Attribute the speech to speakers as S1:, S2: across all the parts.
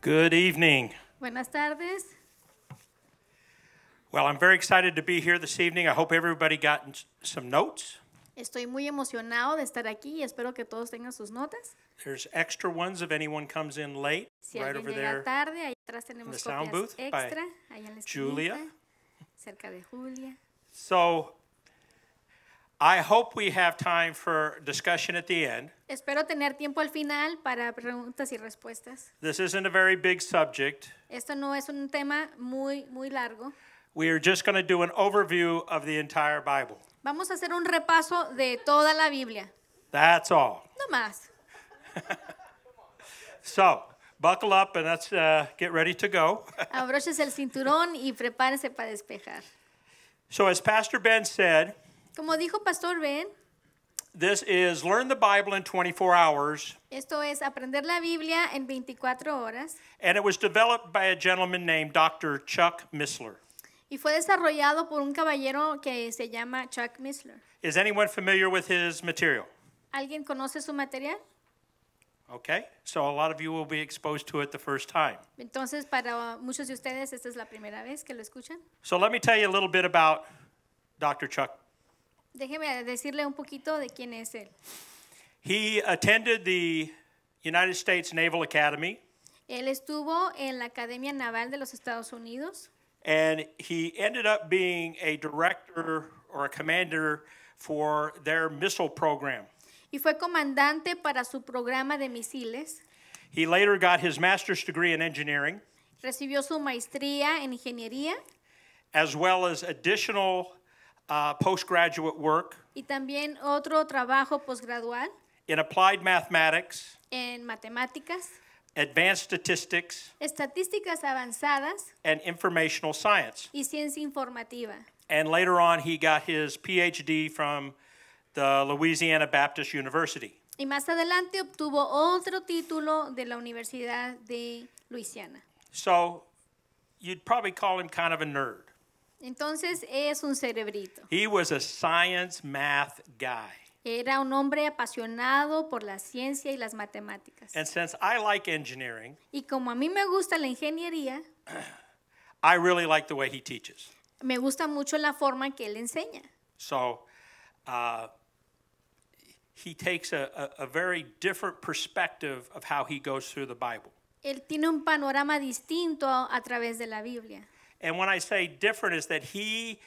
S1: Good evening.
S2: Buenas tardes.
S1: Well, I'm very excited to be here this evening. I hope everybody got s- some notes.
S2: Estoy muy emocionado de estar aquí y espero que todos tengan sus notas.
S1: There's extra ones if anyone comes in late,
S2: Si
S1: right over
S2: alguien llega
S1: there.
S2: tarde, ahí atrás tenemos
S1: the sound
S2: copias
S1: booth by
S2: extra, allá en la
S1: Julia.
S2: esquinita, cerca de Julia.
S1: So I hope we have time for discussion at the end.
S2: Espero tener tiempo al final para preguntas y respuestas.
S1: This isn't a very big subject.
S2: Esto no es un tema muy muy largo.
S1: We are just going to do an overview of the entire Bible.
S2: Vamos a hacer un repaso de toda la Biblia,
S1: That's all.
S2: no más.
S1: So buckle up and let's uh, get ready to go.
S2: Abroches el cinturón y prepárense para despejar.
S1: so, as Pastor Ben said,
S2: Como dijo Pastor Ben,
S1: this is Learn the Bible in 24 Hours.
S2: esto es aprender la Biblia en 24 horas.
S1: and it was developed by a gentleman named Dr. Chuck Missler.
S2: y fue desarrollado por un caballero que se llama Chuck Missler.
S1: Is anyone familiar with his material?
S2: ¿Alguien conoce su material?
S1: Okay, so a lot of you will be exposed to it the first time.
S2: Entonces, para muchos de ustedes, esta es la primera vez que lo escuchan.
S1: So let me tell you a little bit about Dr. Chuck.
S2: Déjeme decirle un poquito de quién es él.
S1: He attended the United States Naval Academy
S2: Él estuvo en la Academia Naval de los Estados Unidos
S1: and he ended up being a director or a commander for their missile program.
S2: y fue comandante para su programa de misiles.
S1: He later got his master's degree in engineering
S2: Recibió su maestría en ingeniería
S1: as well as additional uh, postgraduate work
S2: y también otro trabajo posgradual
S1: in applied mathematics,
S2: en matemáticas,
S1: advanced statistics,
S2: estadísticas avanzadas
S1: and informational science.
S2: y ciencia informativa.
S1: And later on, he got his PhD from the Louisiana Baptist University.
S2: Y más adelante obtuvo otro título de la Universidad de Luisiana.
S1: So you'd probably call him kind of a nerd.
S2: Entonces es un cerebrito.
S1: He was a science math guy.
S2: Era un hombre apasionado por la ciencia y las matemáticas.
S1: And since I like engineering,
S2: Y como a mí me gusta la ingeniería,
S1: I really like the way he teaches.
S2: me gusta mucho la forma en que él enseña.
S1: So uh, he takes a, a, a very different perspective of how he goes through the Bible.
S2: Él tiene un panorama distinto a, a través de la Biblia.
S1: And when I say different, is that he,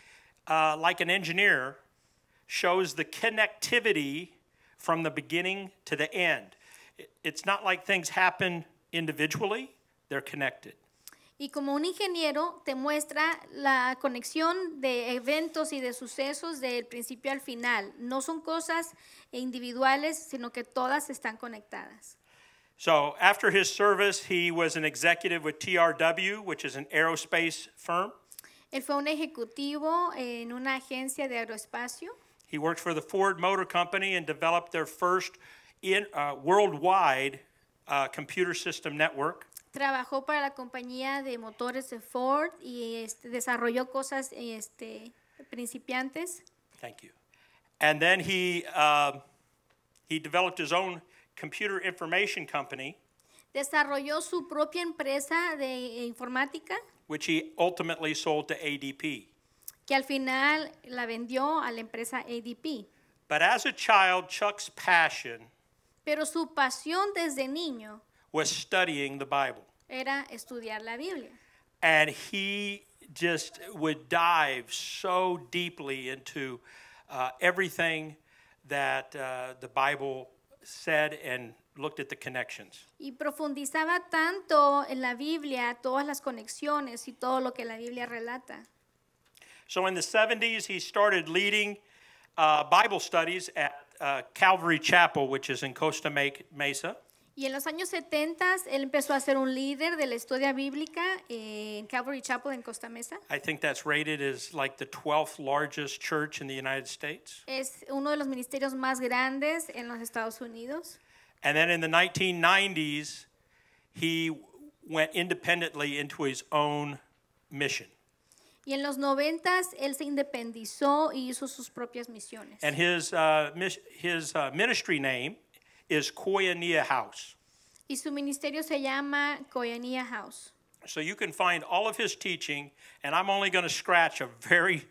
S1: uh, like an engineer, shows the connectivity from the beginning to the end. It- It's not like things happen individually, they're connected.
S2: Y como un ingeniero te muestra la conexión de eventos y de sucesos del principio al final. No son cosas individuales, sino que todas están conectadas.
S1: So after his service, he was an executive with TRW, which is an aerospace firm.
S2: Él fue un ejecutivo en una agencia de aeroespacio.
S1: He worked for the Ford Motor Company and developed their first in, uh, worldwide uh, computer system network.
S2: Trabajó para la compañía de motores de Ford y este, desarrolló cosas este, principiantes.
S1: Thank you. And then he um he developed his own computer information company,
S2: Desarrolló su propia empresa de informática
S1: which he ultimately sold to ADP.
S2: que al final la vendió a la empresa ADP.
S1: But as a child, Chuck's passion
S2: Pero su pasión desde niño
S1: was studying the Bible,
S2: era estudiar la Biblia.
S1: and he just would dive so deeply into uh, everything that uh, the Bible said and looked at the connections.
S2: Y profundizaba tanto en la Biblia, todas las conexiones y todo lo que la Biblia relata.
S1: So in the 70s, he started leading uh, Bible studies at uh, Calvary Chapel, which is in Costa Ma- Mesa.
S2: Y en los años 70 él empezó a ser un líder de la historia bíblica eh, en Calvary Chapel en Costa Mesa.
S1: I think that's rated as like the 12th largest church in the United States.
S2: Es uno de los ministerios más grandes en los Estados Unidos.
S1: And then in the 1990s, he went independently into his own mission.
S2: Y en los 90 él se independizó y hizo sus propias misiones.
S1: And his, uh, mis- his uh, ministry name is Koinonia House.
S2: Y y su ministerio se llama Koinonia House.
S1: So you can find all of his teaching, and I'm only going to scratch a very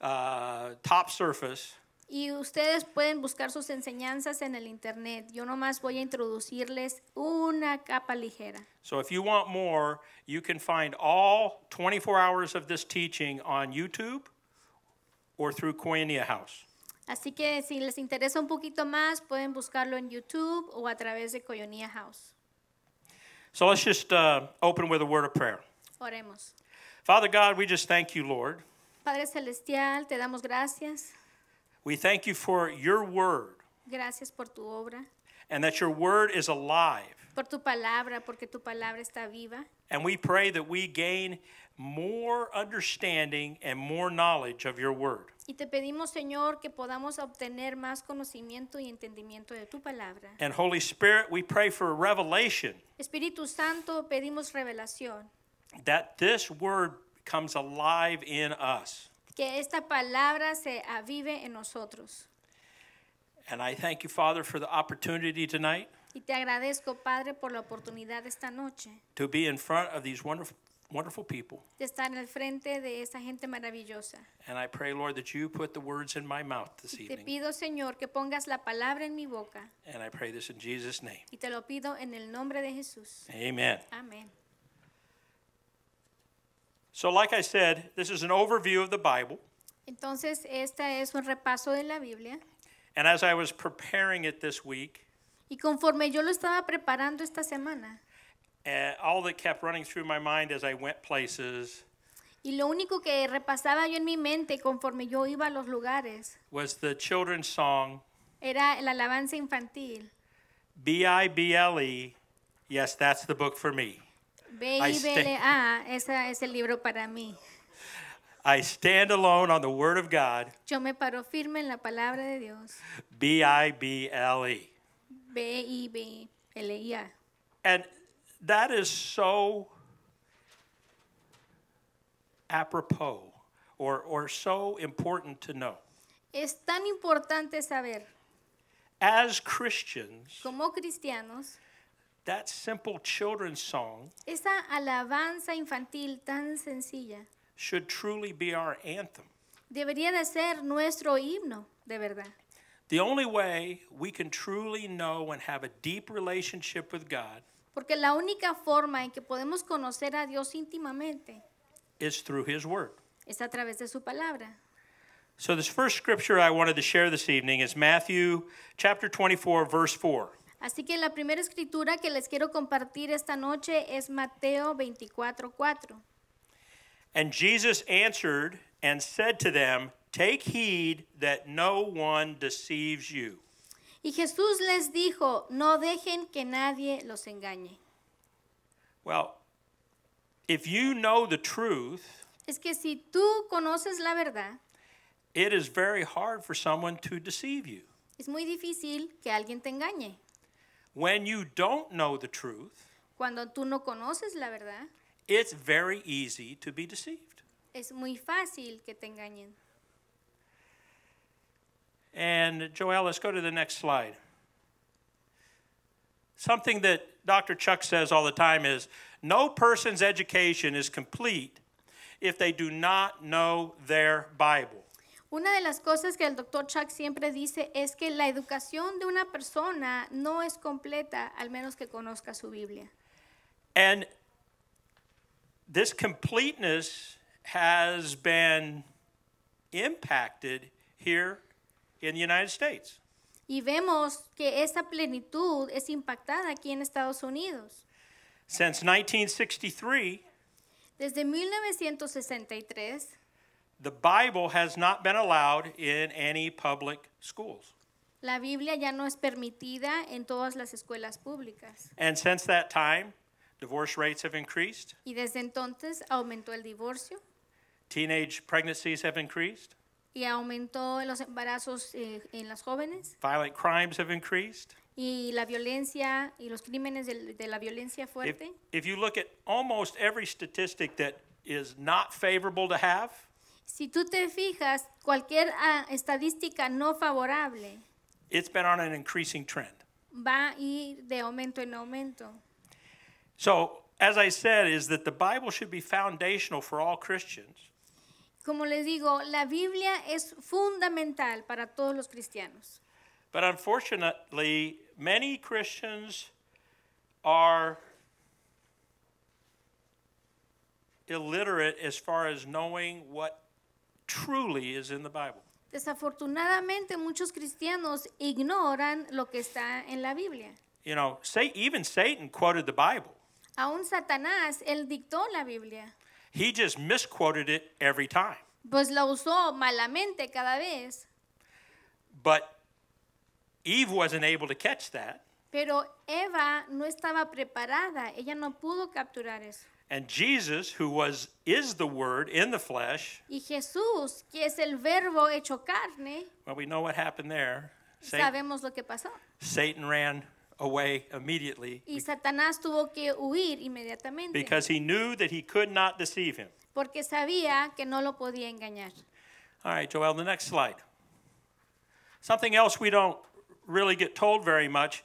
S1: uh, top surface.
S2: Y ustedes pueden buscar sus enseñanzas en el internet. Yo nomás voy a introducirles una capa ligera.
S1: So if you want more, you can find all 24 hours of this teaching on YouTube or through Koinonia House.
S2: Así que si les interesa un poquito más, pueden buscarlo en YouTube o a través de Koinonia House.
S1: So let's just uh, open with a word of prayer.
S2: Oremos.
S1: Father God, we just thank you, Lord.
S2: Padre Celestial, te damos gracias.
S1: We thank you for your word
S2: Gracias por tu obra,
S1: and that your word is alive.
S2: por tu palabra, porque tu palabra está viva.
S1: And we pray that we gain more understanding and more knowledge of your word.
S2: Y te pedimos, Señor, que podamos obtener más conocimiento y entendimiento de tu palabra.
S1: And Holy Spirit, we pray for a revelation
S2: Espíritu Santo, pedimos revelación,
S1: that this word comes alive in us.
S2: que esta palabra se avive en nosotros.
S1: And I thank you, Father, for the opportunity tonight
S2: Y te agradezco, Padre, por la oportunidad esta noche
S1: to be in front of these wonderful, wonderful people.
S2: de estar al frente de esta gente maravillosa.
S1: And I pray, Lord, that you put the words in my mouth this
S2: Te
S1: evening.
S2: pido, Señor, que pongas la palabra en mi boca
S1: And I pray this in Jesus' name.
S2: y te lo pido en el nombre de Jesús.
S1: Amen.
S2: Amén.
S1: So, like I said, this is an overview of the Bible.
S2: Entonces, este es un repaso de la Biblia.
S1: And as I was preparing it this week,
S2: Y conforme yo lo estaba preparando esta semana,
S1: uh, all that kept running through my mind as I went places
S2: y lo único que repasaba yo en mi mente conforme yo iba a los lugares,
S1: was the children's song,
S2: era el alabanza infantil.
S1: B I B L E. Yes, that's the book for me. Ahí está.
S2: B-I-B-L-A, ese "Ah, es el libro para mí.
S1: I stand alone on the Word of God,
S2: Yo me paro firme en la palabra de Dios.
S1: B I B L E.
S2: B-I-B-L-I-A.
S1: And that is so apropos or, or so important to know.
S2: Es tan importante saber,
S1: As Christians,
S2: como cristianos,
S1: that simple children's song
S2: esa alabanza infantil tan sencilla
S1: should truly be our anthem.
S2: debería de ser nuestro himno, de verdad.
S1: The only way we can truly know and have a deep relationship with God
S2: Porque la única forma en que podemos conocer a Dios íntimamente
S1: is through His Word.
S2: es a través de su palabra.
S1: So, this first scripture I wanted to share this evening is Matthew chapter 24, verse 4.
S2: Así que la primera escritura que les quiero compartir esta noche es Mateo 24:4.
S1: And Jesus answered and said to them, Take heed that no one deceives you.
S2: Y Jesús les dijo, no dejen que nadie los engañe.
S1: Well, if you know the truth,
S2: Es que si tú conoces la verdad,
S1: it is very hard for someone to deceive you.
S2: es muy difícil que alguien te engañe.
S1: When you don't know the truth,
S2: Cuando tú no conoces la verdad,
S1: it's very easy to be deceived.
S2: es muy fácil que te engañen.
S1: And Joel, let's go to the next slide. Something that Dr. Chuck says all the time is no person's education is complete if they do not know their Bible.
S2: Una de las cosas que el doctor Chuck siempre dice es que la educación de una persona no es completa al menos que conozca su Biblia.
S1: And this completeness has been impacted here in the United States.
S2: Y vemos que esa plenitud es impactada aquí en Estados Unidos.
S1: Since 1963,
S2: Desde 1963,
S1: the Bible has not been allowed in any public schools.
S2: la Biblia ya no es permitida en todas las escuelas públicas.
S1: And since that time, divorce rates have increased,
S2: Y desde entonces aumentó el divorcio
S1: teenage pregnancies have increased,
S2: y aumentó los embarazos eh, en las jóvenes
S1: violent crimes have increased.
S2: y la violencia y los crímenes de, de la violencia
S1: If,
S2: fuerte.
S1: if you look at almost every statistic that is not favorable to have,
S2: Si tú te fijas, cualquier ah, estadística no favorable
S1: it's been on an increasing trend.
S2: va a ir de aumento en aumento.
S1: So, as I said, is that the Bible should be foundational for all Christians,
S2: Como les digo, la Biblia es fundamental para todos los cristianos.
S1: but unfortunately, many Christians are illiterate as far as knowing what truly is in the Bible.
S2: Desafortunadamente, muchos cristianos ignoran lo que está en la Biblia.
S1: You know, say, even Satan quoted the Bible.
S2: Aún Satanás, él dictó la Biblia,
S1: He just misquoted it every time.
S2: pues la usó malamente cada vez.
S1: But Eve wasn't able to catch that,
S2: Pero Eva no estaba preparada, ella no pudo capturar eso.
S1: and Jesus, who was is the Word in the flesh,
S2: Y Jesús, que es el verbo hecho carne,
S1: well, we know what happened there. Satan,
S2: sabemos lo que pasó.
S1: Satan ran away immediately
S2: Y Satanás tuvo que huir inmediatamente
S1: because he knew that he could not deceive him.
S2: porque sabía que no lo podía engañar.
S1: All right, Joel, the next slide. Something else we don't really get told very much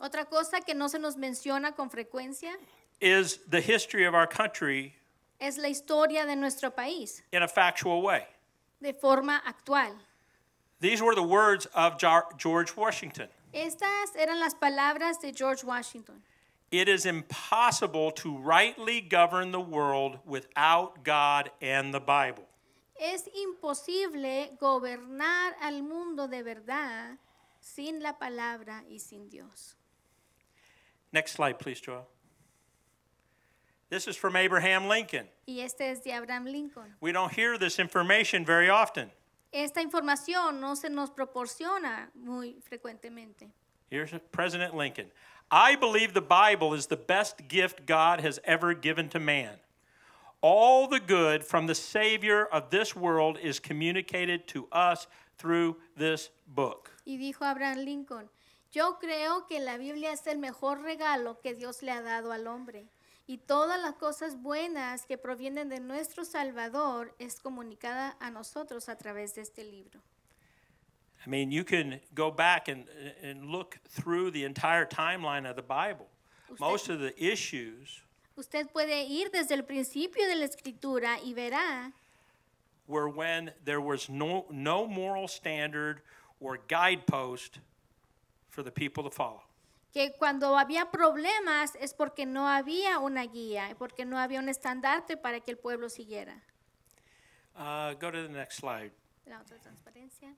S2: Otra cosa que no se nos menciona con frecuencia
S1: is the history of our country
S2: es la historia de nuestro país
S1: in a factual way.
S2: de forma actual.
S1: These were the words of Jo- George Washington.
S2: Estas eran las palabras de George Washington.
S1: It is impossible to rightly govern the world without God and the Bible.
S2: Es imposible gobernar al mundo de verdad sin la palabra y sin Dios.
S1: Next slide, please, Joel. This is from Abraham Lincoln.
S2: Y este es de Abraham Lincoln.
S1: We don't hear this information very often.
S2: Esta información no se nos proporciona muy frecuentemente.
S1: Here's President Lincoln. I believe the Bible is the best gift God has ever given to man. All the good from the Savior of this world is communicated to us through this book.
S2: Y dijo Abraham Lincoln, yo creo que la Biblia es el mejor regalo que Dios le ha dado al hombre. Y todas las cosas buenas que provienen de nuestro Salvador es comunicada a nosotros a través de este libro.
S1: I mean, you can go back and, and look through the entire timeline of the Bible. Most of the issues
S2: Usted puede ir desde el principio de la escritura y verá
S1: were when there was no, no moral standard or guidepost for the people to follow.
S2: que cuando había problemas es porque no había una guía, porque no había un estandarte para que el pueblo siguiera.
S1: Uh, go to the next slide.
S2: La otra transparencia.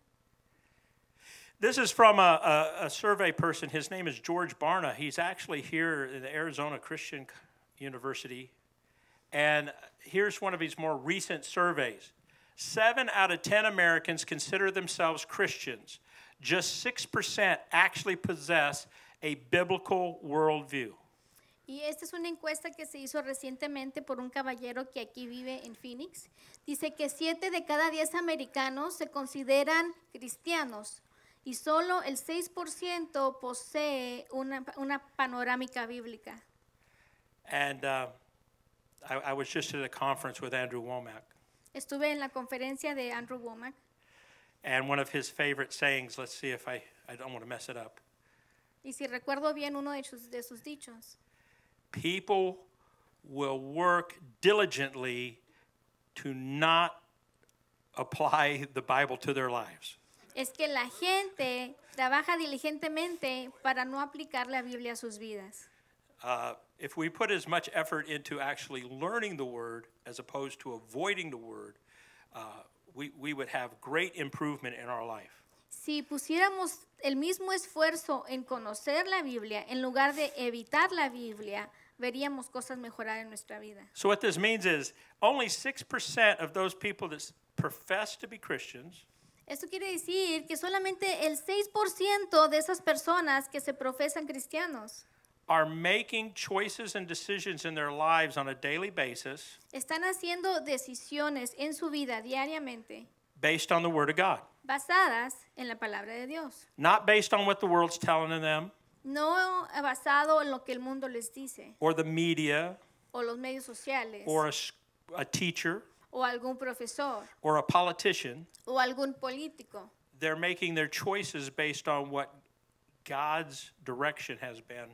S1: This is from a, a, a survey person. His name is George Barna. He's actually here at the Arizona Christian University. And here's one of his more recent surveys Seven out of 10 Americans consider themselves Christians. Just 6% actually possess a biblical worldview.
S2: Y esta es una encuesta que se hizo recientemente por un caballero que aquí vive en Phoenix. Dice que 7 de cada 10 americanos se consideran cristianos y solo el 6% posee una, una panorámica bíblica.
S1: And uh, I, I was just at a conference with Andrew Womack,
S2: Estuve en la conferencia de Andrew Womack
S1: and one of his favorite sayings, let's see if I, I don't want to mess it up.
S2: y si recuerdo bien uno de sus, de sus dichos,
S1: people will work diligently to not apply the Bible to their lives.
S2: es que la gente trabaja diligentemente para no aplicar la Biblia a sus vidas.
S1: Uh, if we put as much effort into actually learning the Word as opposed to avoiding the Word, uh, we, we would have great improvement in our life.
S2: Si pusiéramos el mismo esfuerzo en conocer la Biblia en lugar de evitar la Biblia, veríamos cosas mejorar en nuestra vida.
S1: So, what this means is only 6% of those people that s- profess to be Christians
S2: Esto quiere decir que solamente el 6% de esas personas que se profesan cristianos
S1: are making choices and decisions in their lives on a daily basis
S2: están haciendo decisiones en su vida diariamente
S1: based on the Word of God.
S2: basadas en la palabra de Dios,
S1: not based on what the world's telling them
S2: no basado en lo que el mundo les dice
S1: or the media
S2: o los medios sociales
S1: or a, s- a teacher
S2: o algún profesor
S1: or a politician.
S2: o algún político.
S1: They're making their choices based on what God's direction has been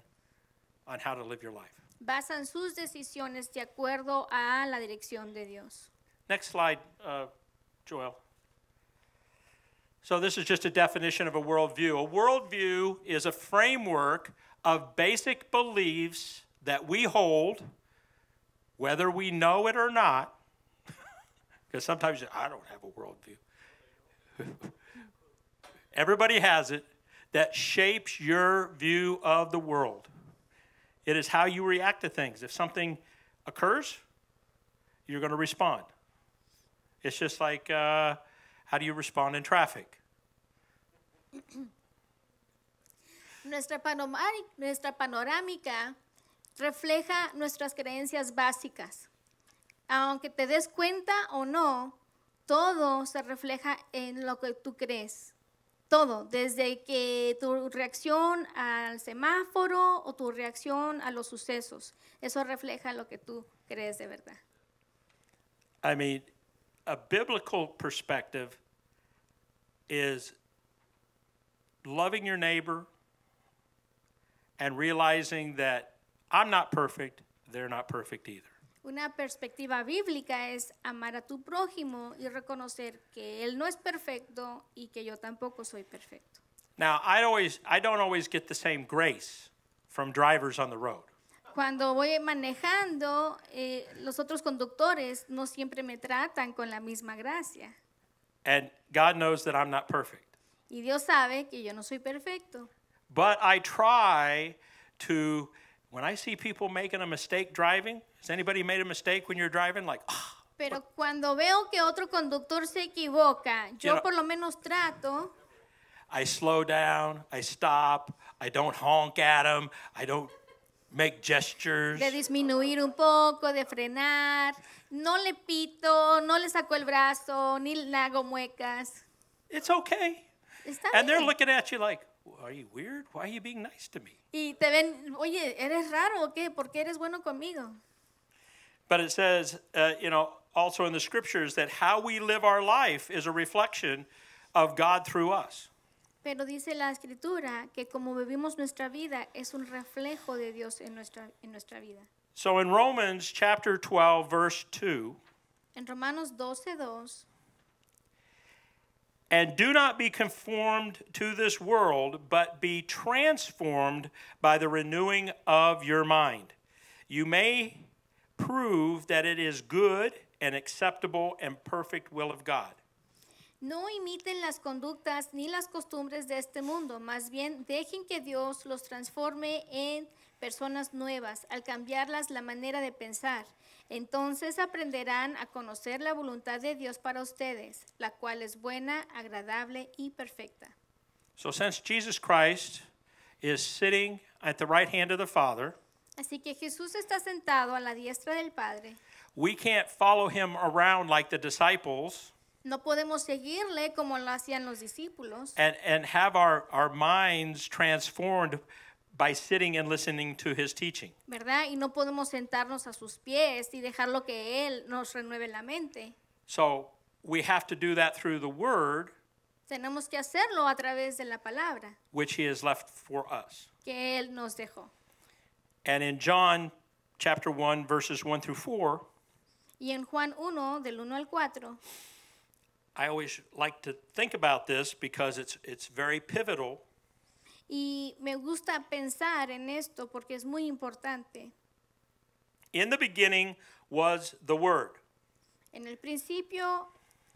S1: on how to live your life.
S2: Basan sus decisiones de acuerdo a la dirección de Dios.
S1: Next slide, uh, Joel. So, this is just a definition of a worldview. A worldview is a framework of basic beliefs that we hold, whether we know it or not. Because sometimes you say, I don't have a worldview. Everybody has it that shapes your view of the world. It is how you react to things. If something occurs, you're going to respond. It's just like uh, how do you respond in traffic?
S2: Nuestra, panoma- nuestra panorámica refleja nuestras creencias básicas. Aunque te des cuenta o no, todo se refleja en lo que tú crees. Todo, desde que tu reacción al semáforo o tu reacción a los sucesos, eso refleja lo que tú crees de verdad.
S1: I mean, a biblical perspective is loving your neighbor and realizing that I'm not perfect, they're not perfect either.
S2: Una perspectiva bíblica es amar a tu prójimo y reconocer que él no es perfecto y que yo tampoco soy perfecto.
S1: Now, I always I don't always get the same grace from drivers on the road.
S2: Cuando voy manejando, eh, los otros conductores no siempre me tratan con la misma gracia.
S1: And God knows that I'm not perfect.
S2: Y Dios sabe que yo no soy perfecto.
S1: But I try to when I see people making a mistake driving, has anybody made a mistake when you're driving like, "Ah,
S2: Pero cuando veo que otro conductor se equivoca, yo
S1: Quiero-
S2: por lo menos trato,
S1: I slow down, I stop, I don't honk at them, I don't make gestures.
S2: de disminuir un poco, de frenar, no le pito, no le saco el brazo, ni le hago muecas.
S1: It's okay.
S2: Está
S1: And they're
S2: bien.
S1: looking at you like, "Are you weird? Why are you being nice to me?"
S2: Y te ven, oye, ¿eres raro o qué? ¿Por qué eres bueno conmigo?
S1: But it says, uh, you know, also in the scriptures that how we live our life is a reflection of God through us.
S2: Pero dice la escritura que como vivimos nuestra vida es un reflejo de Dios en nuestra, en nuestra vida.
S1: So in Romans chapter 12, verse 2,
S2: En Romanos 12:2,
S1: and do not be conformed to this world, but be transformed by the renewing of your mind. You may prove that it is good and acceptable and perfect will of God.
S2: no imiten las conductas ni las costumbres de este mundo, más bien dejen que Dios los transforme en personas nuevas al cambiarlas la manera de pensar. Entonces aprenderán a conocer la voluntad de Dios para ustedes, la cual es buena, agradable y perfecta.
S1: So since Jesus Christ is sitting at the right hand of the Father,
S2: Así que Jesús está sentado a la diestra del Padre.
S1: We can't follow him around like the disciples
S2: No podemos seguirle como lo hacían los discípulos
S1: and, and have our, our minds transformed by sitting and listening to his teaching.
S2: ¿verdad? Y no podemos sentarnos a sus pies y dejarlo que Él nos renueve la mente.
S1: So we have to do that through the word,
S2: Tenemos que hacerlo a través de la palabra
S1: which he has left for us.
S2: que Él nos dejó.
S1: And in John chapter 1, verses 1 through 4,
S2: Y en Juan 1, del 1 al 4,
S1: I always like to think about this because it's, it's very pivotal.
S2: y me gusta pensar en esto porque es muy importante.
S1: In the beginning was the word,
S2: En el principio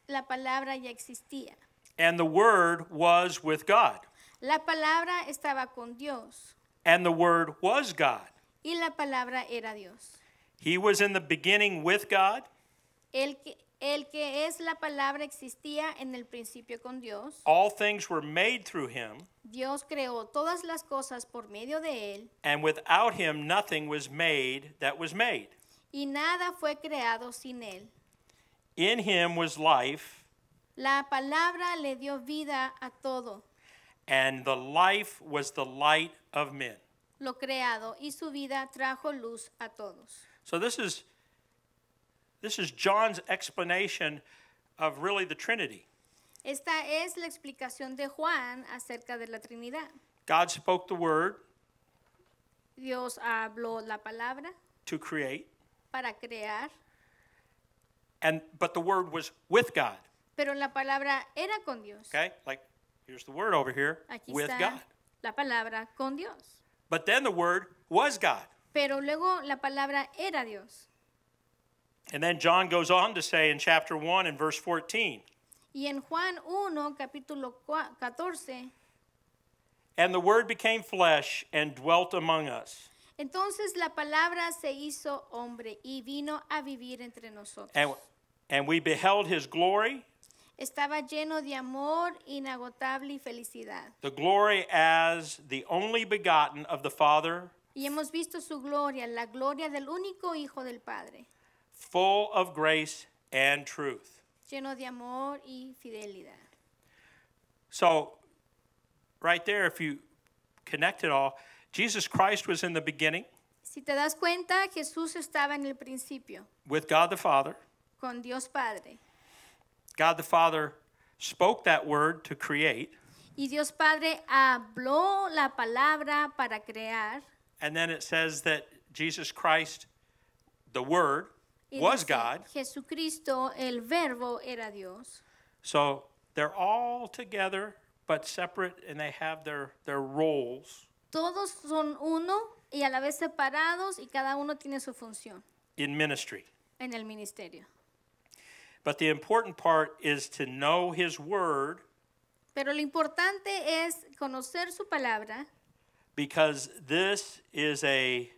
S2: la palabra ya existía.
S1: and the word was with God,
S2: La palabra estaba con Dios
S1: and the word was God.
S2: y la palabra era Dios.
S1: He was in the beginning with God,
S2: El que, el que es la palabra existía en el principio con Dios.
S1: all things were made through him,
S2: Dios creó todas las cosas por medio de él
S1: and without him nothing was made that was made.
S2: y nada fue creado sin él.
S1: In him was life,
S2: La palabra le dio vida a todo
S1: and the life was the light of men.
S2: lo creado y su vida trajo luz a todos.
S1: So this is this is John's explanation of really the Trinity.
S2: Esta es la explicación de Juan acerca de la Trinidad.
S1: God spoke the word
S2: Dios habló la palabra
S1: to create,
S2: para crear,
S1: and but the word was with God.
S2: pero la palabra era con Dios.
S1: Okay? Like here's the word over here
S2: Aquí
S1: with
S2: está
S1: God.
S2: la palabra con Dios.
S1: But then the word was God.
S2: Pero luego la palabra era Dios.
S1: And then John goes on to say in chapter 1 and verse 14,
S2: Y en Juan 1, capítulo cua- 14,
S1: and the word became flesh and dwelt among us.
S2: entonces la palabra se hizo hombre y vino a vivir entre nosotros.
S1: And and we beheld his glory,
S2: Estaba lleno de amor inagotable y felicidad.
S1: the glory as the only begotten of the Father,
S2: Y hemos visto su gloria, la gloria del único Hijo del Padre,
S1: full of grace and truth.
S2: lleno de amor y fidelidad.
S1: So, right there, if you connect it all, Jesus Christ was in the beginning
S2: Si te das cuenta, Jesús estaba en el principio
S1: with God the Father.
S2: con Dios Padre.
S1: God the Father spoke that word to create,
S2: Y Dios Padre habló la palabra para crear.
S1: and then it says that Jesus Christ, the Word,
S2: Y
S1: was
S2: dice,
S1: God.
S2: Jesucristo, el verbo, era Dios.
S1: So they're all together but separate, and they have their, their roles
S2: Todos son uno y a la vez separados y cada uno tiene su función
S1: in ministry.
S2: en el ministerio.
S1: But the important part is to know His Word
S2: Pero lo importante es conocer su palabra
S1: because this is a,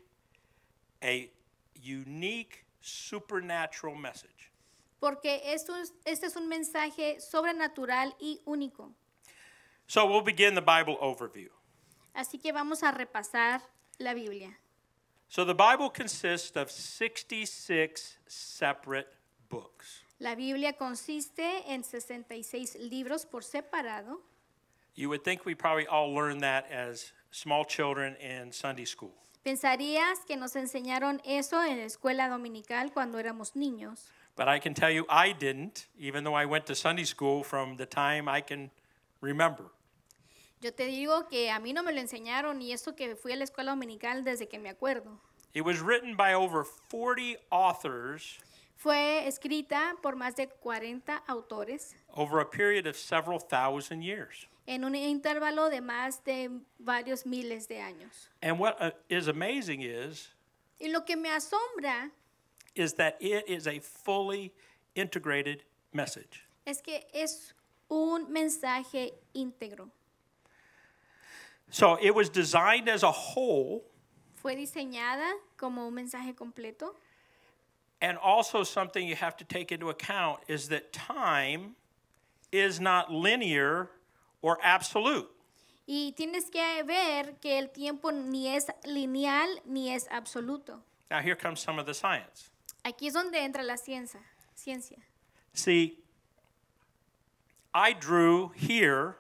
S1: a unique supernatural message.
S2: porque esto es- este es un mensaje sobrenatural y único.
S1: So we'll begin the Bible overview.
S2: Así que vamos a repasar la Biblia.
S1: So the Bible consists of 66 separate books.
S2: La Biblia consiste en 66 libros por separado.
S1: You would think we probably all learned that as small children in Sunday school.
S2: Pensarías que nos enseñaron eso en la escuela dominical cuando éramos niños,
S1: But I can tell you I didn't, even though I went to Sunday school from the time I can remember.
S2: Yo te digo que a mí no me lo enseñaron y eso que fui a la escuela dominical desde que me acuerdo.
S1: It was written by over 40 authors
S2: Fue escrita por más de 40 autores
S1: over a period of several thousand years.
S2: en un intervalo de más de varios miles de años.
S1: And what uh, is amazing is
S2: Y lo que me asombra
S1: is that it is a fully integrated message.
S2: es que es un mensaje íntegro.
S1: So it was designed as a whole
S2: Fue diseñada como un mensaje completo
S1: and also something you have to take into account is that time is not linear or absolute.
S2: y tienes que ver que el tiempo ni es lineal ni es absoluto.
S1: Now here comes some of the science.
S2: Aquí es donde entra la ciencia, ciencia.
S1: See, I drew here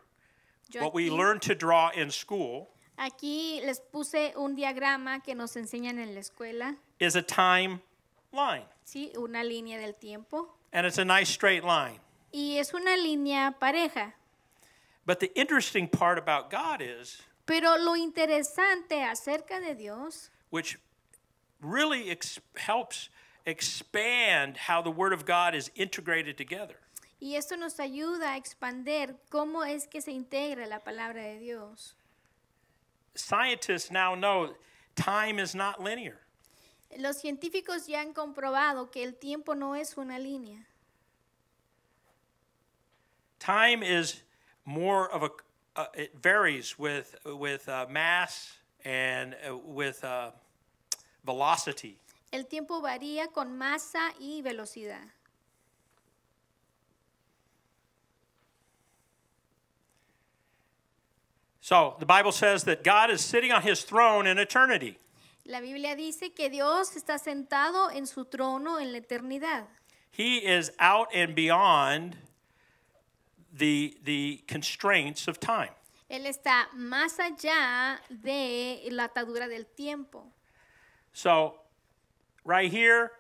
S2: Yo
S1: what we
S2: aquí-
S1: learned to draw in school
S2: Aquí les puse un diagrama que nos enseñan en la escuela,
S1: is a time line.
S2: ¿sí? Una línea del tiempo.
S1: And it's a nice straight line.
S2: Y es una línea pareja.
S1: But the interesting part about God is,
S2: Pero lo interesante acerca de Dios,
S1: which really ex- helps expand how the Word of God is integrated together,
S2: y esto nos ayuda a expander cómo es que se integra la palabra de Dios.
S1: scientists now know time is not linear.
S2: Los científicos ya han comprobado que el tiempo no es una línea.
S1: Time is more of a, uh, it varies with, with uh, mass and uh, with uh, velocity.
S2: El tiempo varía con masa y velocidad.
S1: So the Bible says that God is sitting on his throne in eternity.
S2: La Biblia dice que Dios está sentado en su trono en la eternidad.
S1: He is out and beyond the, the constraints of time.
S2: Él está más allá de la atadura del tiempo.
S1: So, right here,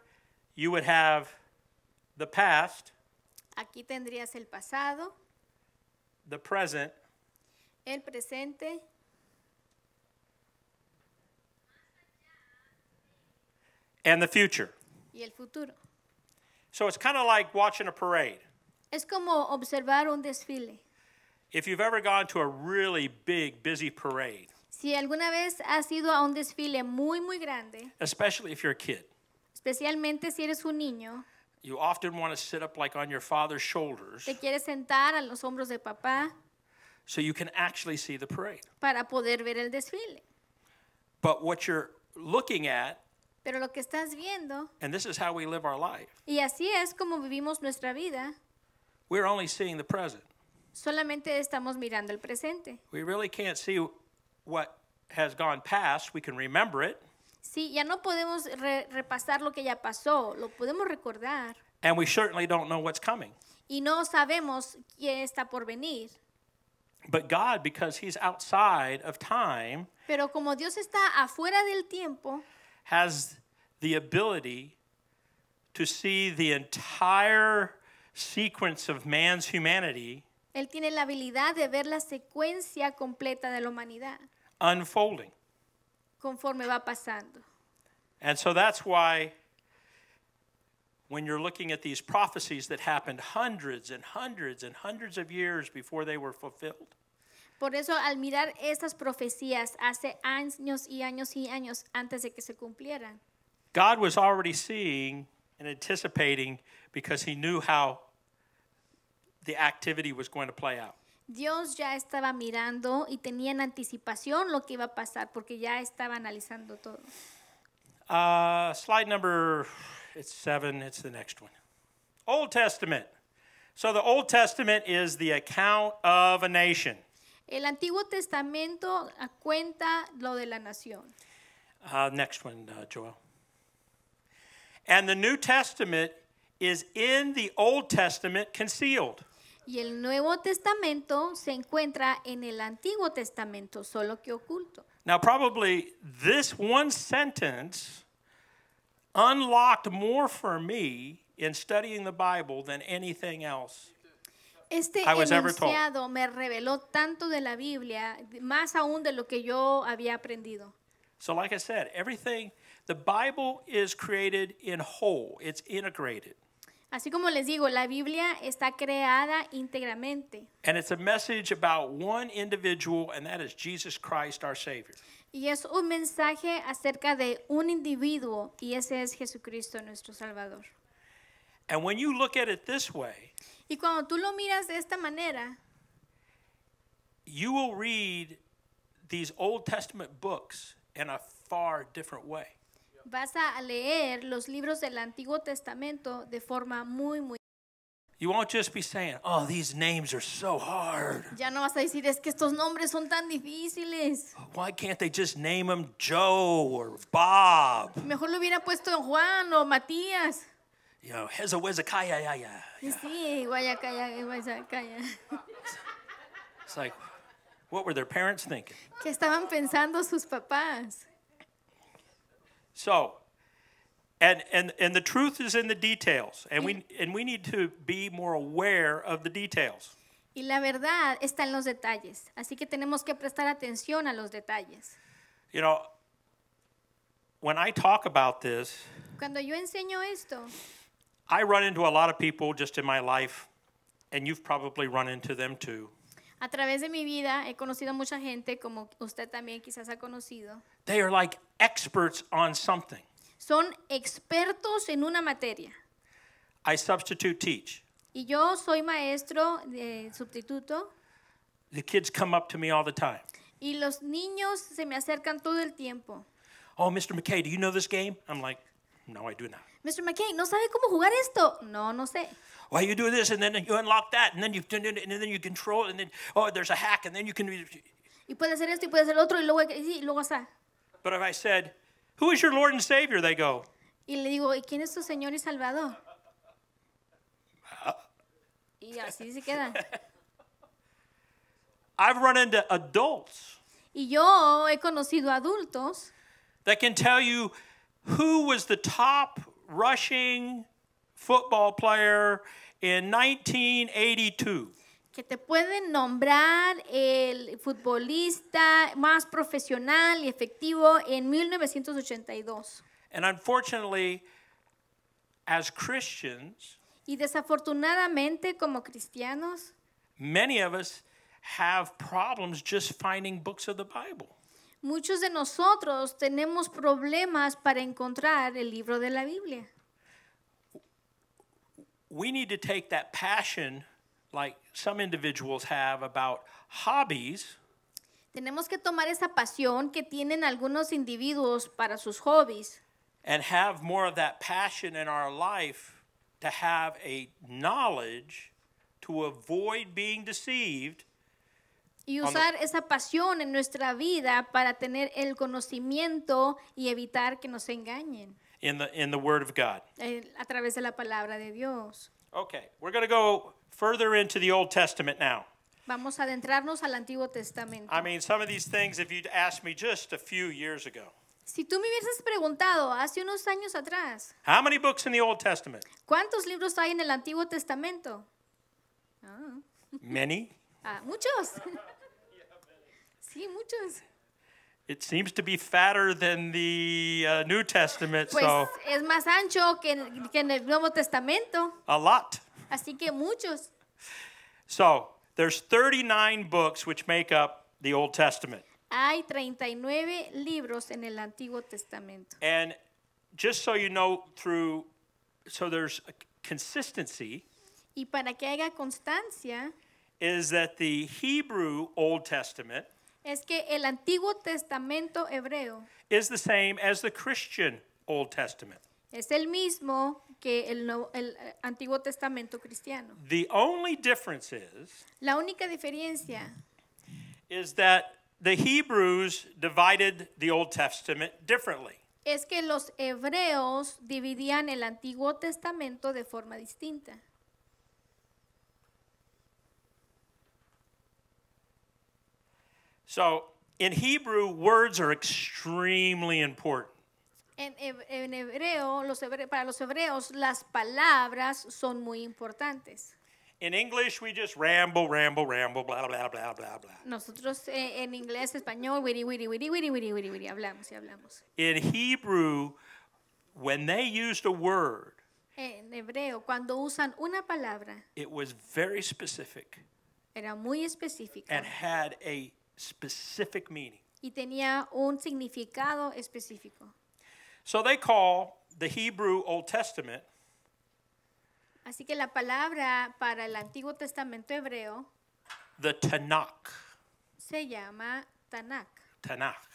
S1: you would have the past,
S2: Aquí tendrías el pasado,
S1: the present,
S2: el presente
S1: and the future.
S2: y el futuro.
S1: So it's kind of like watching a parade.
S2: Es como observar un desfile.
S1: If you've ever gone to a really big, busy parade,
S2: Si alguna vez has ido a un desfile muy, muy grande,
S1: especially if you're a kid,
S2: especialmente si eres un niño,
S1: you often want to sit up like on your father's shoulders
S2: te quieres sentar a los hombros de papá
S1: so you can actually see the parade.
S2: para poder ver el desfile.
S1: But what you're looking at,
S2: Pero lo que estás viendo,
S1: and this is how we live our life,
S2: y así es como vivimos nuestra vida,
S1: we're only seeing the present.
S2: solamente estamos mirando el presente.
S1: We really can't see what has gone past. We can remember it,
S2: Sí, ya no podemos re- repasar lo que ya pasó, lo podemos recordar
S1: and we certainly don't know what's coming.
S2: y no sabemos qué está por venir.
S1: But God, because He's outside of time,
S2: Pero como Dios está afuera del tiempo,
S1: has the ability to see the entire sequence of man's humanity
S2: Él tiene la habilidad de ver la secuencia completa de la humanidad
S1: unfolding.
S2: conforme va pasando.
S1: And so that's why when you're looking at these prophecies that happened hundreds and hundreds and hundreds of years before they were fulfilled,
S2: Por eso al mirar estas profecías hace años y años y años antes de que se cumplieran,
S1: God was already seeing and anticipating because he knew how the activity was going to play out.
S2: Dios ya estaba mirando y tenía en anticipación lo que iba a pasar porque ya estaba analizando todo.
S1: Uh, slide number, it's seven, it's the next one. Old Testament. So the Old Testament is the account of a nation.
S2: El Antiguo Testamento ah, cuenta lo de la nación.
S1: Uh, next one, uh, Joel. And the New Testament is in the Old Testament concealed.
S2: Y el Nuevo Testamento se encuentra en el Antiguo Testamento, solo que oculto.
S1: Now, probably this one sentence unlocked more for me in studying the Bible than anything else.
S2: Este
S1: I was ever told.
S2: enunciado me reveló tanto de la Biblia, más aún de lo que yo había aprendido.
S1: So, like I said, everything, the Bible is created in whole, it's integrated.
S2: Así como les digo, la Biblia está creada íntegramente
S1: And it's a message about one individual, and that is Jesus Christ, our Savior.
S2: y es un mensaje acerca de un individuo y ese es Jesucristo nuestro Salvador.
S1: And when you look at it this way,
S2: Y cuando tú lo miras de esta manera,
S1: you will read these Old Testament books in a far different way.
S2: vas a leer los libros del Antiguo Testamento de forma muy, muy...
S1: You won't just be saying, oh, these names are so hard.
S2: Ya no vas a decir, es que estos nombres son tan difíciles.
S1: Why can't they just name them Joe or Bob?
S2: Mejor lo hubiera puesto Juan o Matías.
S1: You know, Hezekiah. yeah, yeah.
S2: Y Sí, guayacaya, guayacaya.
S1: It's like, what were their parents thinking?
S2: ¿Qué estaban pensando sus papás?
S1: So, and and and the truth is in the details, and we and we need to be more aware of the details.
S2: Y la verdad está en los detalles, así que tenemos que prestar atención a los detalles.
S1: You know, when I talk about this,
S2: Cuando yo enseño esto,
S1: I run into a lot of people just in my life, and you've probably run into them too.
S2: a través de mi vida he conocido a mucha gente, como usted también quizás ha conocido,
S1: They are like experts on something.
S2: son expertos en una materia.
S1: I substitute teach.
S2: Y yo soy maestro de sustituto
S1: The kids come up to me all the time.
S2: y los niños se me acercan todo el tiempo.
S1: Oh, Mr. McKay, do you know this game? I'm like, no, I do not.
S2: Mr. McKay, ¿no sabe cómo jugar esto? No, no sé.
S1: Well, you do this, and then you unlock that, and then you and then you control it, and then oh, there's a hack, and then you can.
S2: Y puede hacer esto y puede hacer lo otro y luego, y sí, luego asá.
S1: But if I said, "Who is your Lord and Savior?" They go,
S2: Y le digo, ¿y quién es tu Señor y Salvador? Y así se quedan.
S1: "I've run into adults
S2: Y yo he conocido adultos
S1: that can tell you who was the top rushing football player in 1982."
S2: que te pueden nombrar el futbolista más profesional y efectivo en 1982.
S1: And unfortunately, as Christians,
S2: Y desafortunadamente como cristianos,
S1: many of us have problems just finding books of the Bible.
S2: muchos de nosotros tenemos problemas para encontrar el libro de la Biblia.
S1: We need to take that passion, like some individuals have about hobbies,
S2: Tenemos que tomar esa pasión que tienen algunos individuos para sus hobbies
S1: and have more of that passion in our life to have a knowledge to avoid being deceived
S2: y
S1: Cuando-
S2: usar esa pasión en nuestra vida para tener el conocimiento y evitar que nos engañen
S1: in the in the word of God.
S2: eh, a través de la palabra de Dios.
S1: Okay, we're going to go further into the Old Testament now.
S2: Vamos a adentrarnos al Antiguo Testamento.
S1: I mean, some of these things if you'd asked me just a few years ago.
S2: Si tú me hubieses preguntado hace unos años atrás,
S1: How many books in the Old Testament?
S2: ¿cuántos libros hay en el Antiguo Testamento?
S1: Many.
S2: Ah, muchos. Sí, muchos.
S1: It seems to be fatter than the uh, New Testament,
S2: Pues
S1: so
S2: es más ancho que en, que en el Nuevo Testamento,
S1: a lot.
S2: así que muchos.
S1: So, there's 39 books which make up the Old Testament.
S2: Hay 39 libros en el Antiguo Testamento.
S1: And just so you know, through so there's a consistency,
S2: Y para que haya constancia,
S1: is that the Hebrew Old Testament
S2: es que el Antiguo Testamento hebreo
S1: is the same as the Christian Old Testament.
S2: es el mismo que el, Nuevo- el eh, Antiguo Testamento cristiano.
S1: The only difference is
S2: La única diferencia
S1: is that the Hebrews divided the Old Testament differently.
S2: es que los hebreos dividían el Antiguo Testamento de forma distinta.
S1: So, in Hebrew, words are extremely important.
S2: En, heb- en hebreo, los hebre- para los hebreos, las palabras son muy importantes.
S1: In English, we just ramble, ramble, ramble, blah, blah, blah, blah, blah.
S2: Nosotros eh, en inglés, español, wiri, wiri, wiri, wiri, wiri, wiri, wiri, hablamos y hablamos.
S1: In Hebrew, when they used a word,
S2: En hebreo, cuando usan una palabra,
S1: it was very specific
S2: era muy específica
S1: and had a specific meaning.
S2: y tenía un significado específico.
S1: So they call the Hebrew Old Testament
S2: Así que la palabra para el Antiguo Testamento hebreo
S1: the Tanakh.
S2: se llama Tanakh.
S1: Tanakh.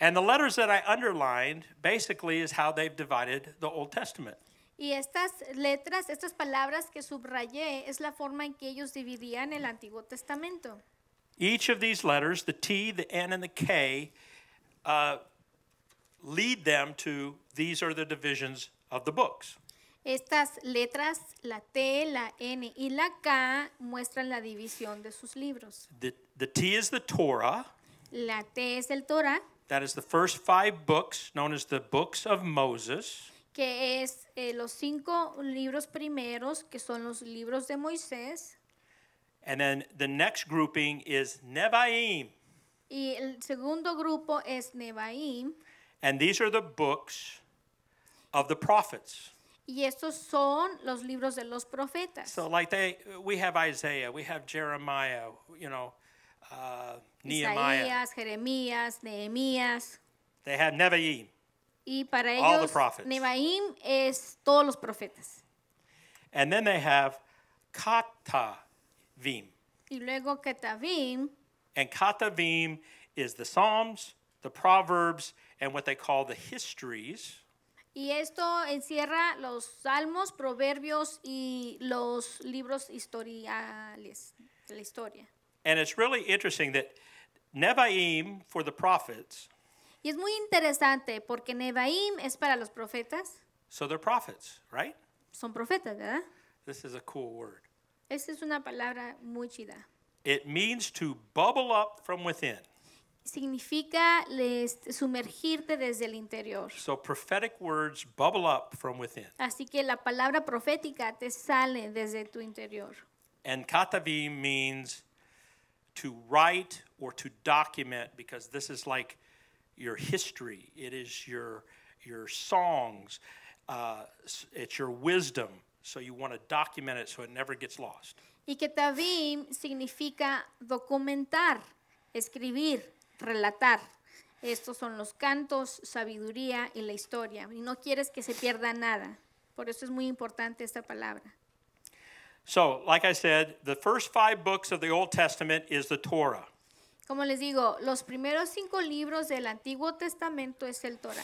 S1: And the letters that I underlined basically is how they've divided the Old Testament.
S2: Y estas letras, estas palabras que subrayé es la forma en que ellos dividían el Antiguo Testamento.
S1: Each of these letters, the T, the N, and the K, uh, lead them to these are the divisions of the books.
S2: Estas letras, la T, la N y la K, muestran la división de sus libros.
S1: The, the T is the Torah,
S2: La T es el Torah,
S1: that is the first five books known as the books of Moses.
S2: que es eh, los cinco libros primeros, que son los libros de Moisés.
S1: And then the next grouping is Nevi'im,
S2: Y el segundo grupo es Nebaim.
S1: and these are the books of the prophets.
S2: Y estos son los libros de los profetas.
S1: So, like they, we have Isaiah, we have Jeremiah, you know, uh, Nehemiah.
S2: Isaías, Jeremías, Nehemías.
S1: They have Nevi'im,
S2: Y para
S1: All the
S2: ellos,
S1: prophets.
S2: Nebaim es todos los profetas.
S1: and then they have Katavim,
S2: Y luego Ketavim,
S1: and Katavim is the Psalms, the Proverbs, and what they call the histories.
S2: y esto encierra los salmos, proverbios y los libros historiales de la historia.
S1: And it's really interesting that Nevi'im for the prophets,
S2: Y es muy interesante porque Nebaim es para los profetas,
S1: so they're prophets, right?
S2: son profetas, ¿verdad?
S1: This is a cool word.
S2: Esta es una palabra muy chida.
S1: It means to bubble up from within.
S2: Significa les- sumergirte desde el interior.
S1: So prophetic words bubble up from within.
S2: Así que la palabra profética te sale desde tu interior.
S1: And katavim means to write or to document because this is like your history. It is your your songs, uh, s- it's your wisdom. So you want to document it so it never gets lost.
S2: Y que Tabim significa documentar, escribir, relatar. Estos son los cantos, sabiduría y la historia. Y no quieres que se pierda nada. Por eso es muy importante esta palabra.
S1: So, like I said, the first five books of the Old Testament is the Torah.
S2: Como les digo, los primeros cinco libros del Antiguo Testamento es el Torá.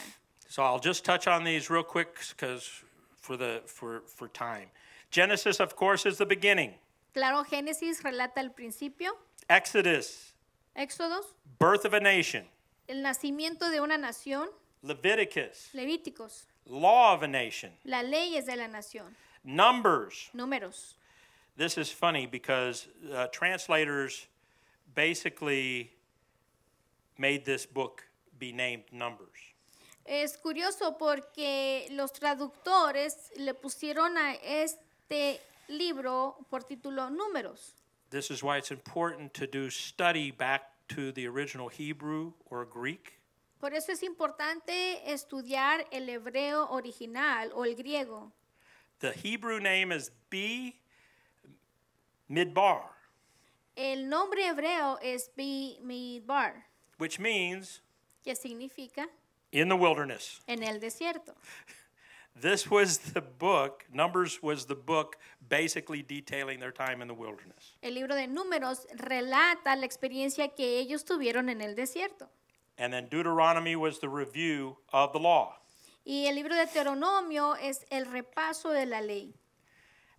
S1: So I'll just touch on these real quick because for the for for time. Genesis, of course, is the beginning.
S2: Claro, Génesis relata el principio,
S1: Exodus,
S2: Éxodos,
S1: birth of a nation.
S2: el nacimiento de una nación,
S1: Leviticus,
S2: Levíticos,
S1: law of a nation.
S2: las leyes de la nación,
S1: Numbers.
S2: Números.
S1: This is funny because uh, translators basically made this book be named Numbers.
S2: Es curioso porque los traductores le pusieron a este libro por título Números.
S1: This is why it's important to do study back to the original Hebrew or Greek
S2: Por eso es importante estudiar el hebreo original o el griego.
S1: The Hebrew name is B Midbar,
S2: El nombre hebreo es Bi- Midbar,
S1: which means
S2: que significa
S1: in the wilderness.
S2: en el desierto.
S1: This was the book, Numbers was the book basically detailing their time in the wilderness.
S2: El libro de Números relata la experiencia que ellos tuvieron en el desierto.
S1: And then Deuteronomy was the review of the law.
S2: Y el libro de Deuteronomio es el repaso de la ley.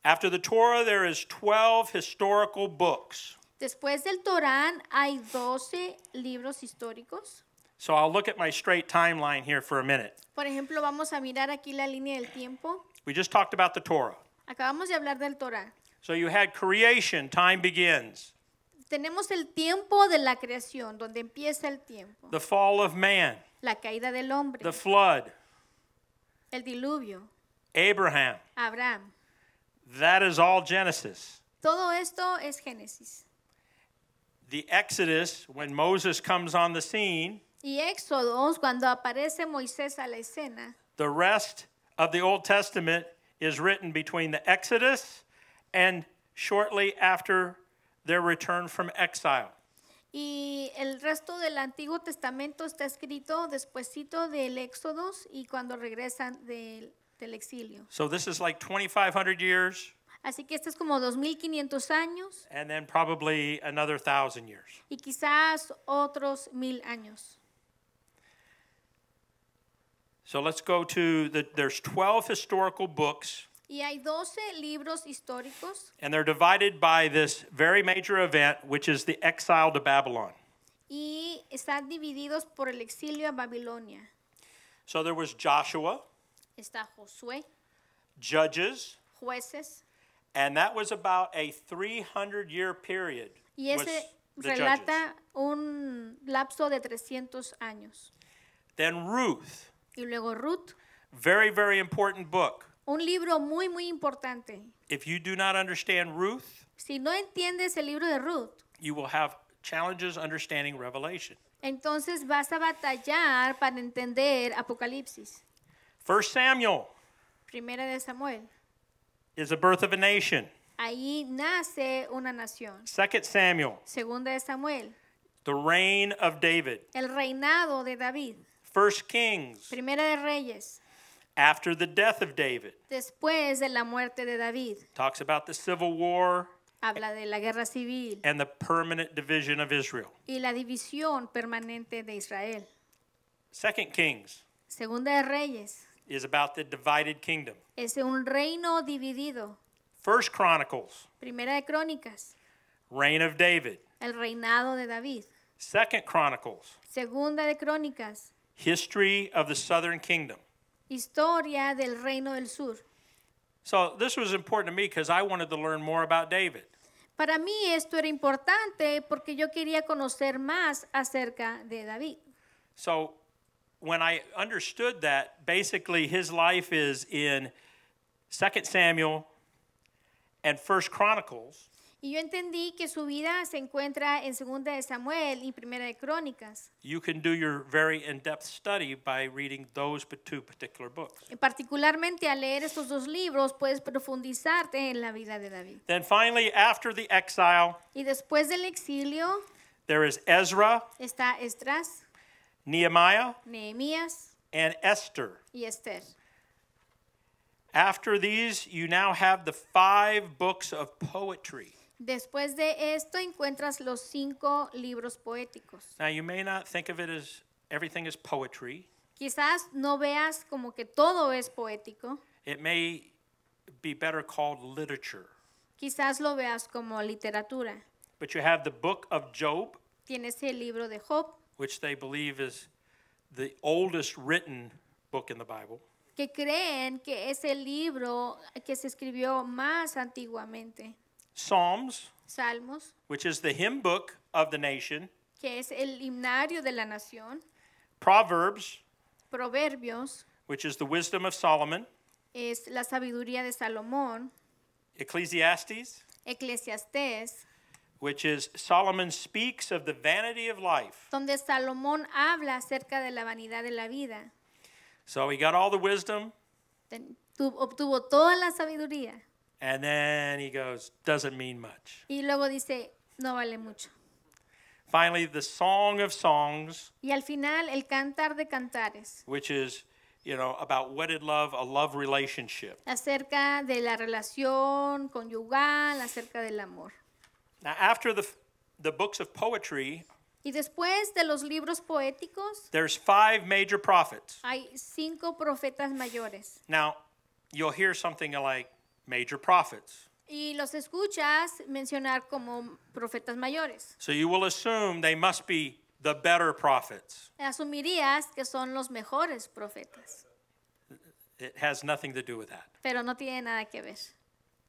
S1: After the Torah, there is 12 historical books.
S2: Después del Torán hay 12 libros históricos.
S1: So I'll look at my straight timeline here for a minute.
S2: Por ejemplo, vamos a mirar aquí la línea del tiempo.
S1: We just talked about the Torah.
S2: Acabamos de hablar del Torán.
S1: So you had creation, time begins,
S2: Tenemos el tiempo de la creación, donde empieza el tiempo.
S1: the fall of man,
S2: La caída del hombre,
S1: the flood,
S2: el diluvio,
S1: Abraham,
S2: Abraham.
S1: That is all Genesis.
S2: Todo esto es Génesis.
S1: The Exodus, when Moses comes on the scene,
S2: Y Éxodos, cuando aparece Moisés a la escena,
S1: the rest of the Old Testament is written between the Exodus and shortly after their return from exile.
S2: Y el resto del Antiguo Testamento está escrito despuesito del Éxodos y cuando regresan del, del exilio.
S1: So this is like 2,500 years
S2: Así que este es como 2500 años
S1: and then probably another thousand years.
S2: y quizás otros mil años.
S1: So let's go to the, there's 12 historical books
S2: Y hay 12 libros históricos
S1: and they're divided by this very major event, which is the exile to Babylon.
S2: y están divididos por el exilio a Babilonia.
S1: So there was Joshua,
S2: Está Josué,
S1: Judges,
S2: jueces,
S1: And that was about a 300 year period.
S2: y
S1: was
S2: ese
S1: the judges.
S2: relata un lapso de 300 años.
S1: Then Ruth,
S2: Y luego Ruth,
S1: very, very important book.
S2: un libro muy, muy importante.
S1: If you do not understand Ruth,
S2: Si no entiendes el libro de Ruth,
S1: you will have challenges understanding Revelation.
S2: entonces vas a batallar para entender Apocalipsis.
S1: First Samuel
S2: Primera de Samuel.
S1: is the birth of a nation.
S2: Ahí nace una nación.
S1: Second Samuel,
S2: Segunda de Samuel.
S1: the reign of David.
S2: El reinado de David.
S1: First Kings,
S2: Primera de Reyes.
S1: after the death of David,
S2: Después de la muerte de David.
S1: talks about the civil war
S2: Habla de la guerra civil
S1: and the permanent division of Israel.
S2: y la división permanente de Israel.
S1: Second Kings
S2: Segunda de Reyes.
S1: is about the divided kingdom.
S2: Es un reino dividido.
S1: First Chronicles,
S2: Primera de Crónicas.
S1: reign of David.
S2: El reinado de David.
S1: Second Chronicles,
S2: Segunda de Crónicas.
S1: history of the southern kingdom.
S2: Historia del Reino del Sur.
S1: So this was important to me because I wanted to learn more about David.
S2: Para mí esto era importante porque yo quería conocer más acerca de David.
S1: So when I understood that, basically his life is in Second Samuel and First Chronicles,
S2: Y yo entendí que su vida se encuentra en Segunda de Samuel y Primera de Crónicas.
S1: You can do your very in depth study by reading those pa- two particular books.
S2: Y Eh, Particularmente al leer estos dos libros puedes profundizarte en la vida de David.
S1: Then finally, after the exile,
S2: Y después del exilio
S1: there is Ezra,
S2: está Esdras,
S1: Nehemiah,
S2: Nehemías
S1: and Esther.
S2: y Esther.
S1: After these, you now have the five books of poetry.
S2: Después de esto encuentras los cinco libros poéticos.
S1: Now, you may not think of it as everything is poetry,
S2: Quizás no veas como que todo es poético,
S1: it may be better called literature.
S2: quizás lo veas como literatura.
S1: But you have the book of Job,
S2: Tienes el libro de Job,
S1: which they believe is the oldest written book in the Bible.
S2: que creen que es el libro que se escribió más antiguamente.
S1: Psalms,
S2: Salmos,
S1: which is the hymn book of the nation.
S2: que es el himnario de la nación.
S1: Proverbs,
S2: Proverbios
S1: which is the wisdom of Solomon.
S2: es la sabiduría de Salomón.
S1: Ecclesiastes,
S2: Eclesiastés,
S1: which is Solomon speaks of the vanity of life.
S2: donde Salomón habla acerca de la vanidad de la vida.
S1: So he got all the wisdom,
S2: Ten- tu- obtuvo toda la sabiduría
S1: and then he goes, doesn't mean much.
S2: y luego dice, no vale mucho.
S1: Finally, the Song of Songs,
S2: Y al final el cantar de cantares,
S1: which is, you know, about wedded love, a love relationship.
S2: acerca de la relación conyugal, acerca del amor.
S1: Now, after the, the books of poetry,
S2: Y después de los libros poéticos,
S1: there's five major prophets.
S2: hay cinco profetas mayores.
S1: Now, you'll hear something like major prophets.
S2: Y los escuchas mencionar como profetas mayores.
S1: So you will assume they must be the better prophets.
S2: Asumirías que son los mejores profetas,
S1: It has nothing to do with that.
S2: pero no tiene nada que ver.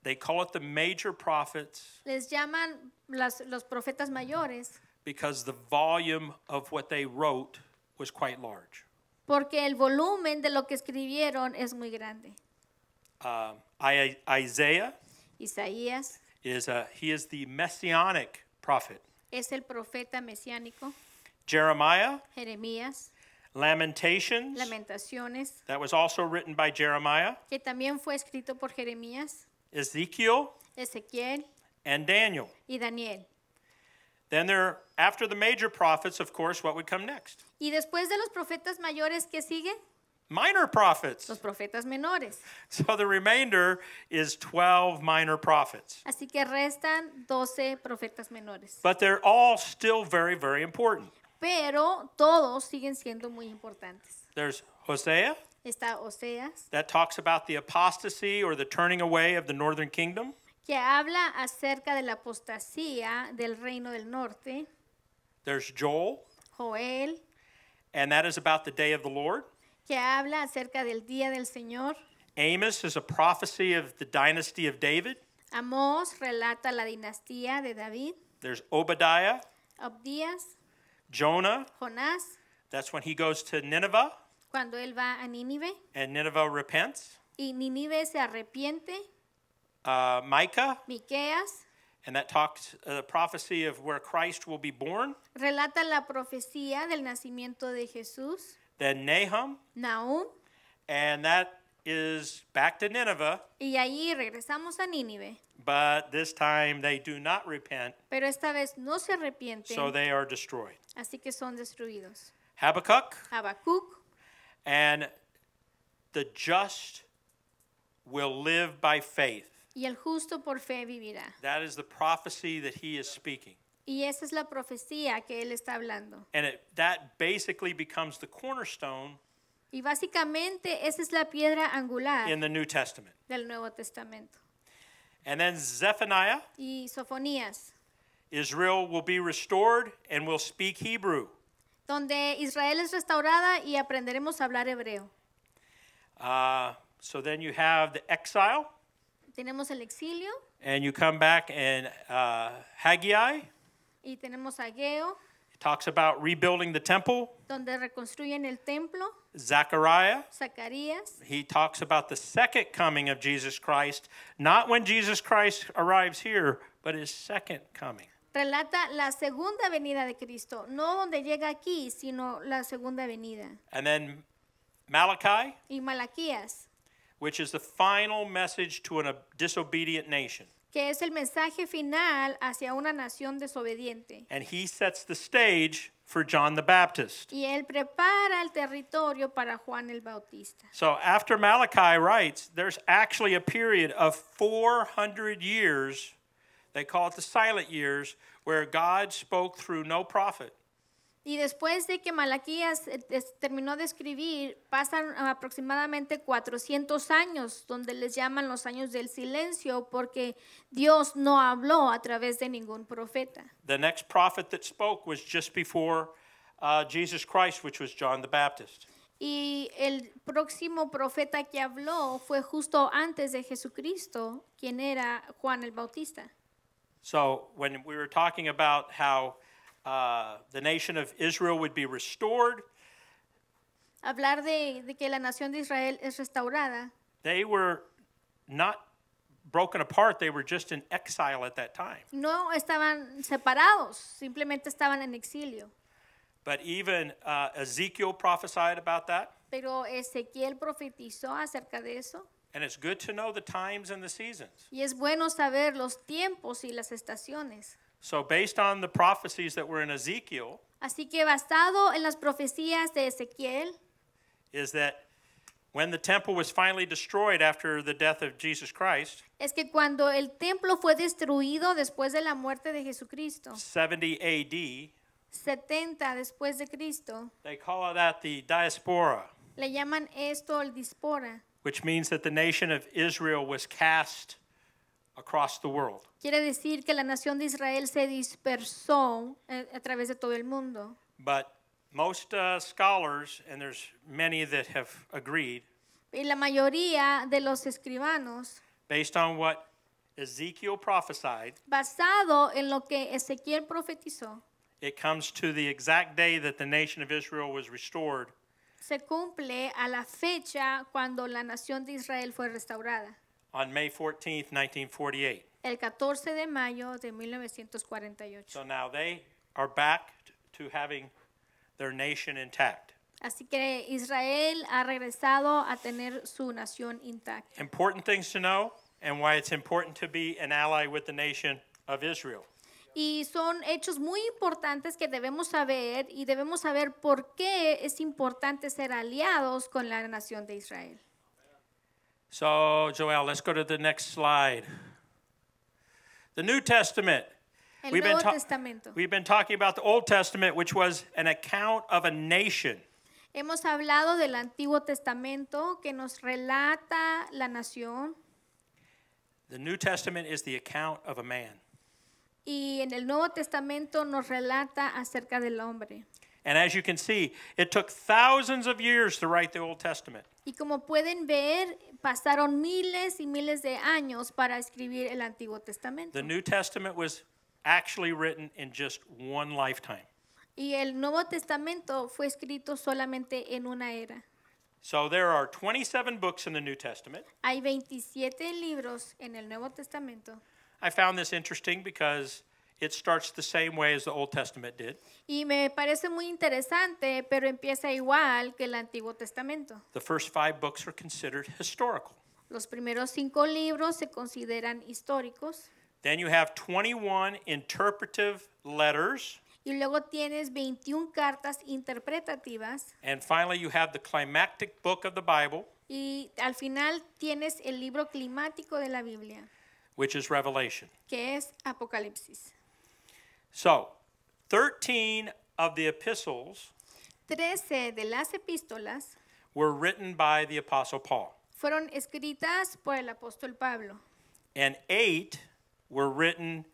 S1: They call it the major prophets
S2: Les llaman las- los profetas mayores
S1: because the volume of what they wrote was quite large.
S2: porque el volumen de lo que escribieron es muy grande.
S1: Um, I, Isaiah
S2: Isaías
S1: is a, he is the messianic prophet.
S2: es el profeta mesiánico,
S1: Jeremiah,
S2: Jeremías,
S1: Lamentations,
S2: Lamentaciones,
S1: that was also written by Jeremiah,
S2: que también fue escrito por Jeremías,
S1: Ezekiel,
S2: Ezequiel
S1: and Daniel.
S2: y Daniel.
S1: Then there, after the major prophets, of course, what would come next?
S2: Y después de los profetas mayores, ¿qué sigue?
S1: Minor prophets.
S2: Los profetas menores.
S1: So the remainder is 12 minor prophets.
S2: Así que restan 12 profetas menores.
S1: But they're all still very, very important.
S2: Pero todos siguen siendo muy importantes.
S1: There's Hosea,
S2: Está Oseas,
S1: that talks about the apostasy or the turning away of the northern kingdom.
S2: que habla acerca de la apostasía del reino del norte.
S1: There's Joel,
S2: Joel,
S1: and that is about the day of the Lord.
S2: que habla acerca del día del Señor.
S1: Amos is a prophecy of the dynasty of David.
S2: Amós relata la dinastía de David.
S1: There's Obadiah,
S2: Obdías,
S1: Jonah,
S2: Jonás,
S1: that's when he goes to Nineveh,
S2: cuando él va a Nínive.
S1: and Nineveh repents.
S2: Y Nínive se arrepiente.
S1: Uh, Micah,
S2: Miqueas
S1: and that talks uh, the prophecy of where Christ will be born.
S2: relata la profecía del nacimiento de Jesús.
S1: Then Nahum,
S2: Nahum,
S1: and that is back to Nineveh,
S2: y allí regresamos a Nínive.
S1: but this time they do not repent,
S2: Pero esta vez no se arrepienten,
S1: so they are destroyed.
S2: así que son destruidos.
S1: Habakkuk,
S2: Habacuc,
S1: And the just will live by faith.
S2: y el justo por fe vivirá.
S1: That is the prophecy that he is speaking.
S2: Y esa es la profecía que él está hablando.
S1: And it, that basically becomes the cornerstone
S2: Y básicamente esa es la piedra angular
S1: in the New Testament.
S2: del Nuevo Testamento.
S1: And then Zephaniah,
S2: Y Sofonías,
S1: Israel will be restored and will speak Hebrew.
S2: donde Israel es restaurada y aprenderemos a hablar hebreo.
S1: Uh, so then you have the exile,
S2: Tenemos el exilio
S1: and you come back, and uh, Haggai
S2: y tenemos Ageo,
S1: talks about rebuilding the temple.
S2: donde reconstruyen el templo.
S1: Zechariah
S2: Zacarías
S1: He talks about the second coming of Jesus Christ, not when Jesus Christ arrives here, but his second coming.
S2: Relata la segunda venida de Cristo, no donde llega aquí, sino la segunda venida.
S1: And then Malachi,
S2: Y Malaquías,
S1: which is the final message to a disobedient nation.
S2: que es el mensaje final hacia una nación desobediente.
S1: And he sets the stage for John the Baptist.
S2: Y él prepara el territorio para Juan el Bautista.
S1: So after Malachi writes, there's actually a period of 400 years, they call it the silent years, where God spoke through no prophet.
S2: Y después de que Malaquías eh, des- terminó de escribir, pasan aproximadamente 400 años, donde les llaman los años del silencio, porque Dios no habló a través de ningún profeta.
S1: The next prophet that spoke was just before uh, Jesus Christ, which was John the Baptist.
S2: Y el próximo profeta que habló fue justo antes de Jesucristo, quien era Juan el Bautista.
S1: So when we were talking about how uh, the nation of Israel would be restored,
S2: Hablar de, de que la nación de Israel es restaurada,
S1: they were not broken apart, they were just in exile at that time.
S2: no estaban separados, simplemente estaban en exilio.
S1: But even uh, Ezekiel prophesied about that.
S2: Pero Ezequiel profetizó acerca de eso.
S1: And it's good to know the times and the seasons.
S2: Y es bueno saber los tiempos y las estaciones.
S1: So, based on the prophecies that were in Ezekiel,
S2: Así que basado en las profecías de Ezequiel,
S1: is that when the temple was finally destroyed after the death of Jesus Christ,
S2: es que cuando el templo fue destruido después de la muerte de Jesucristo,
S1: 70 AD,
S2: 70 después de Cristo,
S1: they call that the diaspora,
S2: le llaman esto el dispora.
S1: which means that the nation of Israel was cast across the world.
S2: Quiere decir que la nación de Israel se dispersó eh, a través de todo el mundo.
S1: But most uh, scholars, and there's many that have agreed,
S2: Y la mayoría de los escribanos,
S1: based on what Ezekiel prophesied,
S2: basado en lo que Ezequiel profetizó,
S1: It comes to the exact day that the nation of Israel was restored,
S2: se cumple a la fecha cuando la nación de Israel fue restaurada,
S1: on May 14th, 1948.
S2: el 14 de mayo de 1948.
S1: So now they are back to having their nation intact.
S2: Así que Israel ha regresado a tener su nación intacta.
S1: Important things to know and why it's important to be an ally with the nation of Israel.
S2: Y son hechos muy importantes que debemos saber y debemos saber por qué es importante ser aliados con la nación de Israel.
S1: So, Joel, let's go to the next slide. The New Testament.
S2: El
S1: We've been
S2: Nuevo
S1: ta-
S2: Testamento.
S1: We've been talking about the Old Testament, which was an account of a nation.
S2: Hemos hablado del Antiguo Testamento que nos relata la nación
S1: The New Testament is the account of a man.
S2: Y en el Nuevo Testamento nos relata acerca del hombre.
S1: And as you can see, it took thousands of years to write the Old Testament.
S2: Y como pueden ver, pasaron miles y miles de años para escribir el Antiguo Testamento.
S1: The New Testament was actually written in just one lifetime.
S2: Y el Nuevo Testamento fue escrito solamente en una era.
S1: So there are 27 books in the New Testament.
S2: Hay 27 libros en el Nuevo Testamento.
S1: I found this interesting because it starts the same way as the Old Testament did.
S2: Y me parece muy interesante, pero empieza igual que el Antiguo Testamento.
S1: The first five books are considered historical.
S2: Los primeros cinco libros se consideran históricos.
S1: Then you have 21 interpretive letters.
S2: Y luego tienes 21 cartas interpretativas.
S1: And finally, you have the climactic book of the Bible,
S2: Y al final tienes el libro climático de la Biblia,
S1: which is Revelation.
S2: que es Apocalipsis.
S1: So, 13 of the epistles
S2: 13 de las epístolas
S1: were written by the Apostle Paul,
S2: fueron escritas por el apóstol Pablo
S1: and eight were written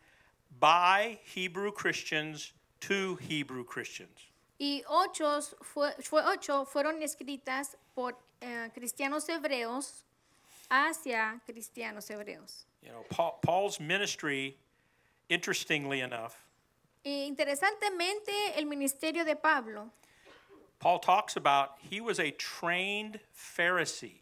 S1: by Hebrew Christians to Hebrew Christians.
S2: y ocho, fue, fue- ocho fueron escritas por eh, cristianos hebreos hacia cristianos hebreos.
S1: You know, Paul, Paul's ministry, interestingly enough,
S2: E interesantemente, el ministerio de Pablo,
S1: Paul talks about he was a trained Pharisee.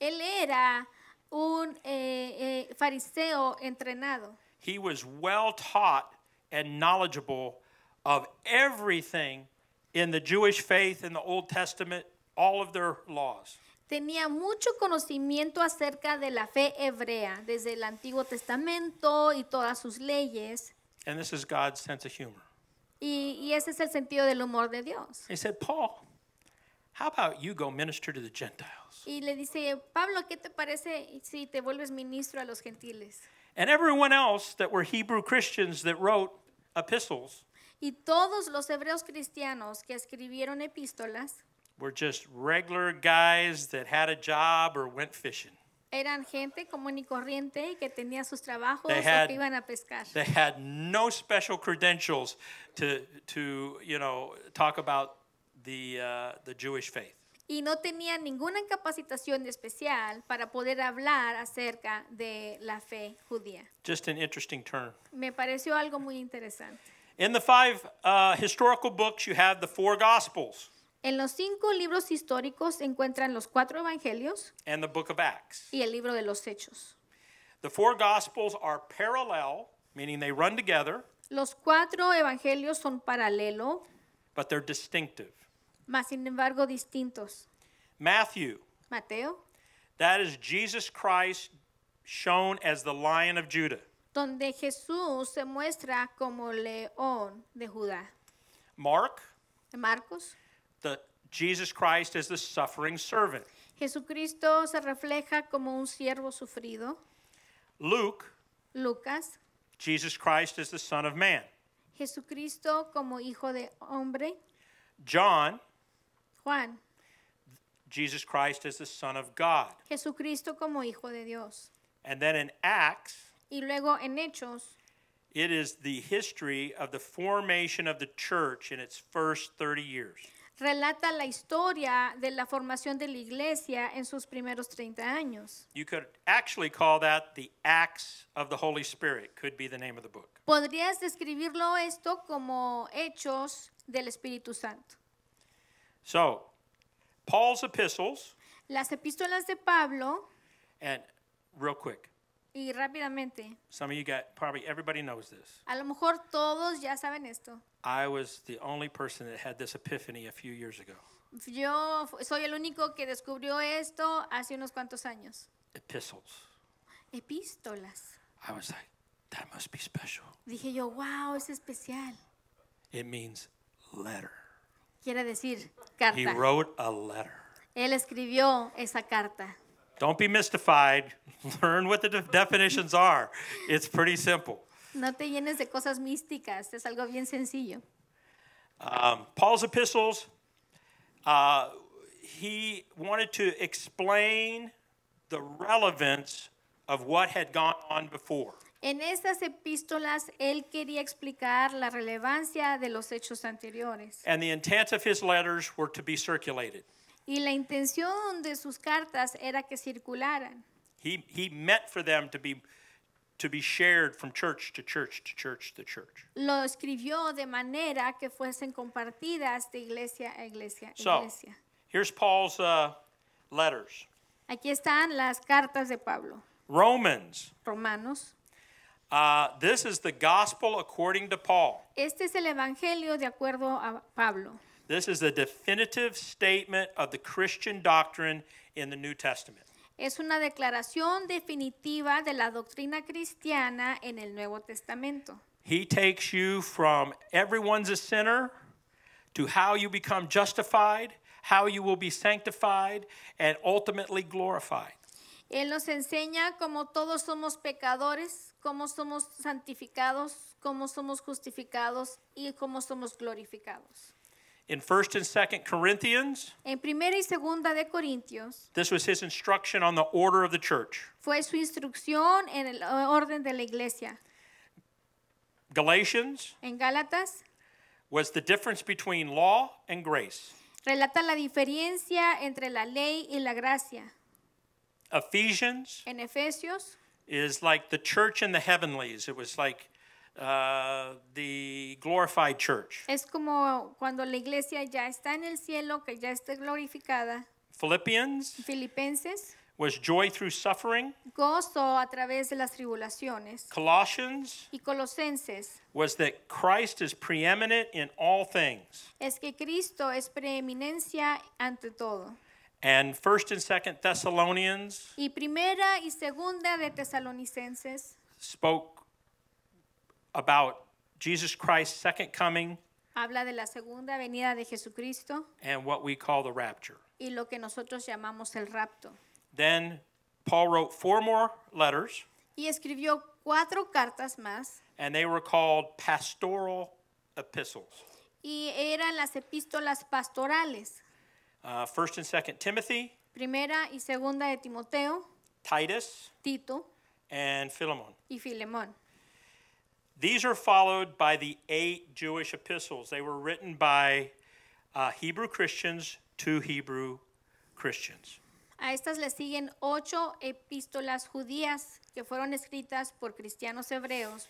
S2: él era un eh, eh, fariseo entrenado.
S1: He was well taught and knowledgeable of everything in the Jewish faith in the Old Testament, all of their laws.
S2: Tenía mucho conocimiento acerca de la fe hebrea, desde el Antiguo Testamento y todas sus leyes.
S1: And this is God's sense of humor.
S2: Y, y ese es el sentido del humor de Dios.
S1: He said, Paul, how about you go minister to the Gentiles?
S2: Y le dice, Pablo, ¿qué te parece si te vuelves ministro a los gentiles?
S1: And everyone else that were Hebrew Christians that wrote epistles
S2: Y todos los hebreos cristianos que escribieron epístolas
S1: were just regular guys that had a job or went fishing.
S2: eran gente común y corriente y que tenía sus trabajos
S1: They
S2: o
S1: had-
S2: que iban a pescar.
S1: They had no special credentials to, to you know, talk about the, uh, the Jewish faith.
S2: y no tenían ninguna capacitación especial para poder hablar acerca de la fe judía.
S1: Just an interesting turn.
S2: Me pareció algo muy interesante.
S1: In the five uh, historical books, you have the four Gospels
S2: En los cinco libros históricos se encuentran los cuatro evangelios
S1: and the book of Acts.
S2: y el libro de los hechos.
S1: The four Gospels are parallel, meaning they run together,
S2: Los cuatro evangelios son paralelo,
S1: but they're distinctive.
S2: mas sin embargo distintos.
S1: Matthew,
S2: Mateo,
S1: that is Jesus Christ shown as the Lion of Judah.
S2: donde Jesús se muestra como león de Judá.
S1: Mark,
S2: Marcos,
S1: the Jesus Christ as the suffering servant.
S2: Jesucristo se refleja como un siervo sufrido.
S1: Luke,
S2: Lucas,
S1: Jesus Christ as the Son of Man.
S2: Jesucristo como hijo de hombre.
S1: John,
S2: Juan,
S1: Jesus Christ as the Son of God.
S2: Jesucristo como hijo de Dios.
S1: And then in Acts,
S2: Y luego en Hechos
S1: it is the history of the formation of the church in its first 30 years.
S2: relata la historia de la formación de la iglesia en sus primeros 30 años.
S1: You could actually call that the Acts of the Holy Spirit, could be the name of the book.
S2: Podrías describirlo esto como Hechos del Espíritu Santo.
S1: So, Paul's epistles,
S2: Las epístolas de Pablo,
S1: and real quick,
S2: y rápidamente,
S1: some of you got probably everybody knows this.
S2: a lo mejor todos ya saben esto.
S1: I was the only person that had this epiphany a few years ago.
S2: Yo fu- soy el único que descubrió esto hace unos cuantos años.
S1: Epistles.
S2: Epístolas.
S1: I was like, that must be special.
S2: Dije yo, wow, es especial.
S1: It means letter.
S2: Quiere decir
S1: He
S2: carta.
S1: wrote a letter.
S2: Él escribió esa carta.
S1: Don't be mystified. Learn what the de- definitions are. It's pretty simple.
S2: No te llenes de cosas místicas, es algo bien sencillo.
S1: Um, Paul's epistles, uh, he wanted to explain the relevance of what had gone on before.
S2: En estas epístolas él quería explicar la relevancia de los hechos anteriores
S1: And the intent of his letters were to be circulated.
S2: y la intención de sus cartas era que circularan.
S1: He, he meant for them to be, to be shared from church to church to church to church.
S2: Lo escribió de manera que fuesen compartidas de iglesia a iglesia a
S1: So-
S2: iglesia.
S1: Here's Paul's uh, letters
S2: Aquí están las cartas de Pablo,
S1: Romans.
S2: Romanos.
S1: Uh, this is the gospel according to Paul.
S2: Este es el Evangelio de acuerdo a Pablo.
S1: This is a definitive statement of the Christian doctrine in the New Testament.
S2: Es una declaración definitiva de la doctrina cristiana en el Nuevo Testamento.
S1: He takes you from everyone's a sinner to how you become justified, how you will be sanctified, and ultimately glorified.
S2: Él nos enseña cómo todos somos pecadores, cómo somos santificados, cómo somos justificados y cómo somos glorificados.
S1: In 1st and 2nd Corinthians,
S2: En primera y segunda de Corintios
S1: this was his instruction on the order of the church.
S2: fue su instrucción en el eh, orden de la iglesia.
S1: Galatians
S2: En Gálatas
S1: was the difference between law and grace.
S2: relata la diferencia entre la ley y la gracia.
S1: Ephesians
S2: En Efesios
S1: is like the church in the heavenlies. It was like uh, the glorified church.
S2: es como cuando la iglesia ya está en el cielo, que ya está glorificada.
S1: Philippians
S2: Filipenses
S1: was joy through suffering.
S2: gozo a través de las tribulaciones.
S1: Colossians
S2: Y Colosenses
S1: was that Christ is preeminent in all things.
S2: es que Cristo es preeminencia ante todo.
S1: And 1st and 2nd Thessalonians
S2: Y primera y segunda de Tesalonicenses
S1: spoke about Jesus Christ's second coming
S2: habla de la segunda venida de Jesucristo
S1: and what we call the rapture.
S2: y lo que nosotros llamamos el rapto.
S1: Then Paul wrote four more letters,
S2: Y escribió cuatro cartas más
S1: and they were called pastoral epistles.
S2: y eran las epístolas pastorales,
S1: Uh, first and second Timothy,
S2: primera y segunda de Timoteo,
S1: Titus,
S2: Tito
S1: and Philemon.
S2: y Filemón.
S1: These are followed by the eight Jewish epistles. They were written by uh, Hebrew Christians to Hebrew Christians.
S2: A estas le siguen ocho epístolas judías que fueron escritas por cristianos hebreos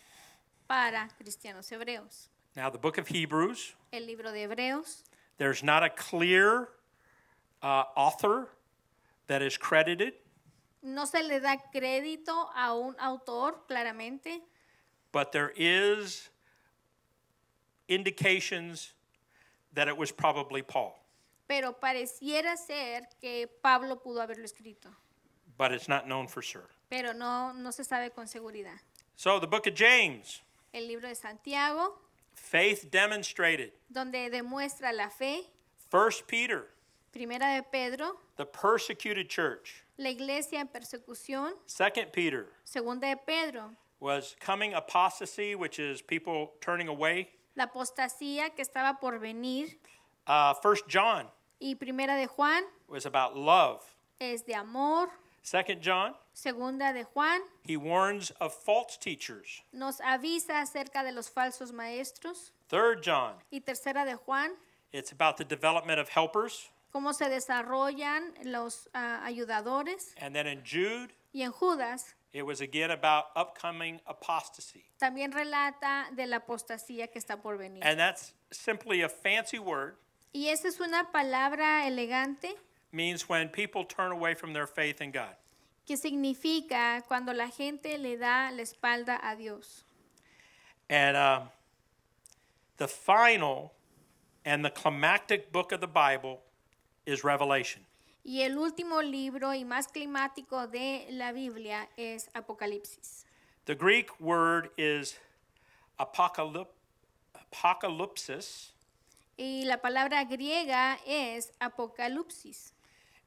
S2: para cristianos hebreos.
S1: Now, the book of Hebrews,
S2: El libro de Hebreos,
S1: there's not a clear uh, author that is credited,
S2: no se le da crédito a un autor claramente,
S1: but there is indications that it was probably Paul,
S2: pero pareciera ser que Pablo pudo haberlo escrito,
S1: but it's not known for sure.
S2: pero no, no se sabe con seguridad.
S1: So, the book of James,
S2: El libro de Santiago,
S1: faith demonstrated.
S2: donde demuestra la fe,
S1: First Peter,
S2: primera de Pedro,
S1: the persecuted church.
S2: la iglesia en persecución,
S1: Second Peter,
S2: segunda de Pedro,
S1: was coming apostasy, which is people turning away.
S2: la apostasía que estaba por venir,
S1: Uh, First John
S2: y primera de Juan
S1: was about love.
S2: es de amor,
S1: Second John,
S2: segunda de Juan
S1: he warns of false teachers.
S2: nos avisa acerca de los falsos maestros,
S1: Third John,
S2: y tercera de Juan
S1: it's about the development of helpers.
S2: cómo se desarrollan los ah, ayudadores,
S1: And then in Jude,
S2: y en Judas
S1: it was again about upcoming apostasy.
S2: también relata de la apostasía que está por venir.
S1: And that's simply a fancy word,
S2: Y esa es una palabra elegante
S1: means when people turn away from their faith in God.
S2: que significa cuando la gente le da la espalda a Dios.
S1: And um, the final and the climactic book of the Bible is Revelation.
S2: Y el último libro y más climático de la Biblia es Apocalipsis.
S1: The Greek word is apocalyp- apocalypsis,
S2: Y la palabra griega es Apocalipsis,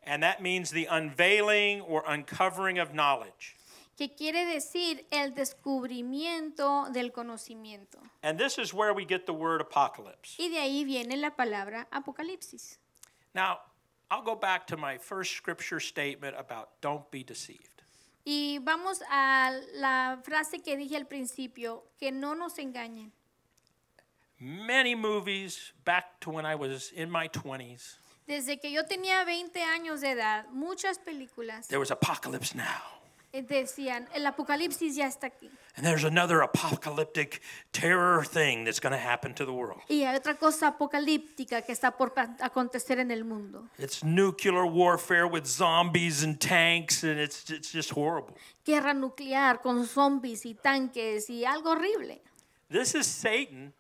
S1: and that means the unveiling or uncovering of knowledge.
S2: que quiere decir el descubrimiento del conocimiento.
S1: And this is where we get the word apocalypse.
S2: Y de ahí viene la palabra Apocalipsis.
S1: Now, I'll go back to my first scripture statement about don't be deceived.
S2: Y vamos a la frase que dije al principio, que no nos engañen.
S1: Many movies back to when I was in my 20s,
S2: Desde que yo tenía 20 años de edad, muchas películas
S1: there was apocalypse now.
S2: eh, decían, el apocalipsis ya está aquí.
S1: And there's another apocalyptic terror thing that's going to happen to the world.
S2: Y hay otra cosa apocalíptica que está por pa- acontecer en el mundo,
S1: It's nuclear warfare with zombies and tanks, and it's, it's just horrible.
S2: guerra nuclear con zombies y tanques y algo horrible.
S1: This is Satan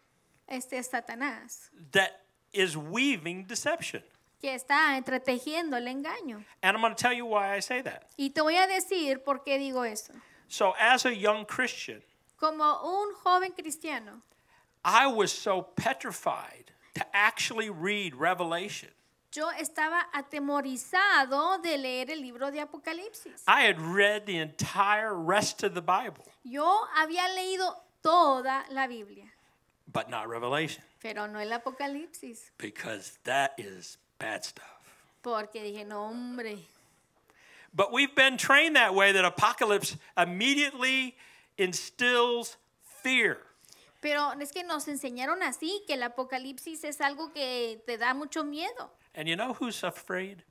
S2: Este es Satanás,
S1: that is weaving deception.
S2: que está entretejiendo el engaño.
S1: And I'm going to tell you why I say that.
S2: Y te voy a decir por qué digo eso.
S1: So, as a young Christian,
S2: Como un joven cristiano,
S1: I was so petrified to actually read Revelation.
S2: Yo estaba atemorizado de leer el libro de Apocalipsis.
S1: I had read the entire rest of the Bible,
S2: Yo había leído toda la Biblia,
S1: but not Revelation,
S2: pero no el Apocalipsis,
S1: because that is bad stuff.
S2: porque dije, no, hombre.
S1: But we've been trained that way that apocalypse immediately instills fear.
S2: Pero es que nos enseñaron así, que el Apocalipsis es algo que te da mucho miedo.
S1: And you know who's afraid?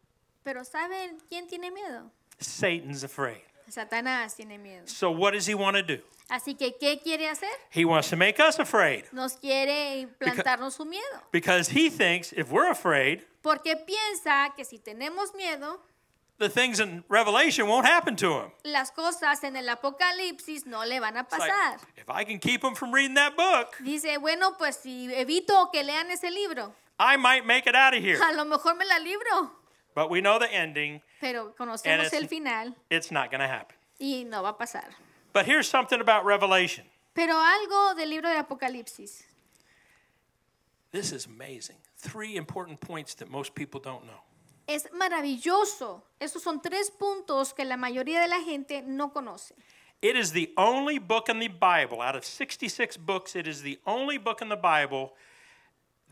S2: Pero ¿saben quién tiene miedo?
S1: Satan's afraid.
S2: Satanás tiene miedo.
S1: So, what does he want to do?
S2: Así que, ¿qué quiere hacer?
S1: He wants to make us afraid
S2: Nos quiere implantarnos su miedo.
S1: because he thinks if we're afraid,
S2: Porque piensa que si tenemos miedo,
S1: the things in Revelation won't happen to him.
S2: Las cosas en el Apocalipsis no le van a
S1: It's like,
S2: pasar.
S1: if I can keep him from reading that book,
S2: Dice, bueno, pues si evito que lean ese libro,
S1: I might make it out of here.
S2: a lo mejor me la libro.
S1: But we know the ending,
S2: Pero conocemos
S1: it's-
S2: el final
S1: it's not going to happen.
S2: y no va a pasar.
S1: But here's something about Revelation.
S2: Pero algo del libro de Apocalipsis.
S1: This is amazing. Three important points that most people don't know.
S2: Es maravilloso. Esos son tres puntos que la mayoría de la gente no conoce.
S1: It is the only book in the Bible, out of 66 books, it is the only book in the Bible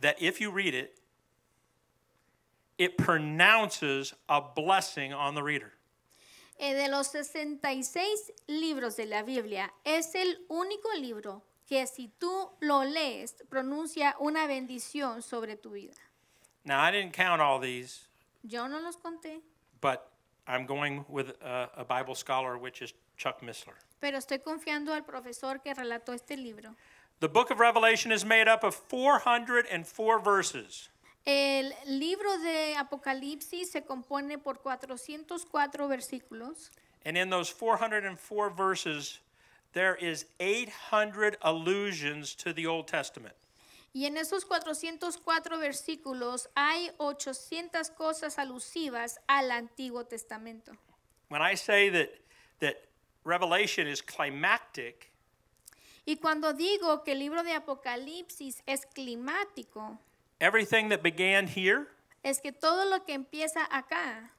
S1: that if you read it, it pronounces a blessing on the reader.
S2: Eh, de los 66 libros de la Biblia, es el único libro que si tú lo lees, pronuncia una bendición sobre tu vida.
S1: Now, I didn't count all these,
S2: Yo no los conté,
S1: but I'm going with a, a Bible scholar, which is Chuck Missler.
S2: pero estoy confiando al profesor que relató este libro.
S1: The book of Revelation is made up of 404 verses.
S2: El libro de Apocalipsis se compone por 404 versículos
S1: And in those 404 verses, there is 800 allusions to the Old Testament.
S2: y en esos 404 versículos hay 800 cosas alusivas al Antiguo Testamento.
S1: When I say that that Revelation is climactic,
S2: Y cuando digo que el libro de Apocalipsis es climático,
S1: everything that began here
S2: es que todo lo que empieza acá,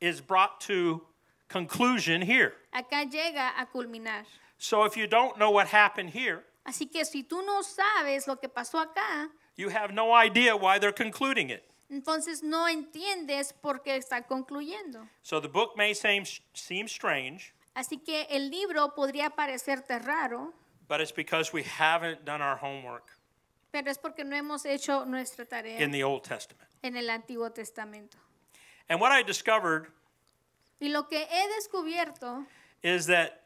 S1: is brought to conclusion here.
S2: acá llega a culminar.
S1: So if you don't know what happened here,
S2: Así que si tú no sabes lo que pasó acá,
S1: you have no idea why they're concluding it.
S2: entonces no entiendes por qué está concluyendo.
S1: So the book may seem seem strange,
S2: Así que el libro podría parecerte raro,
S1: but it's because we haven't done our homework
S2: pero es porque no hemos hecho nuestra tarea
S1: in the Old Testament.
S2: en el Antiguo Testamento.
S1: And what I discovered
S2: Y lo que he descubierto
S1: is that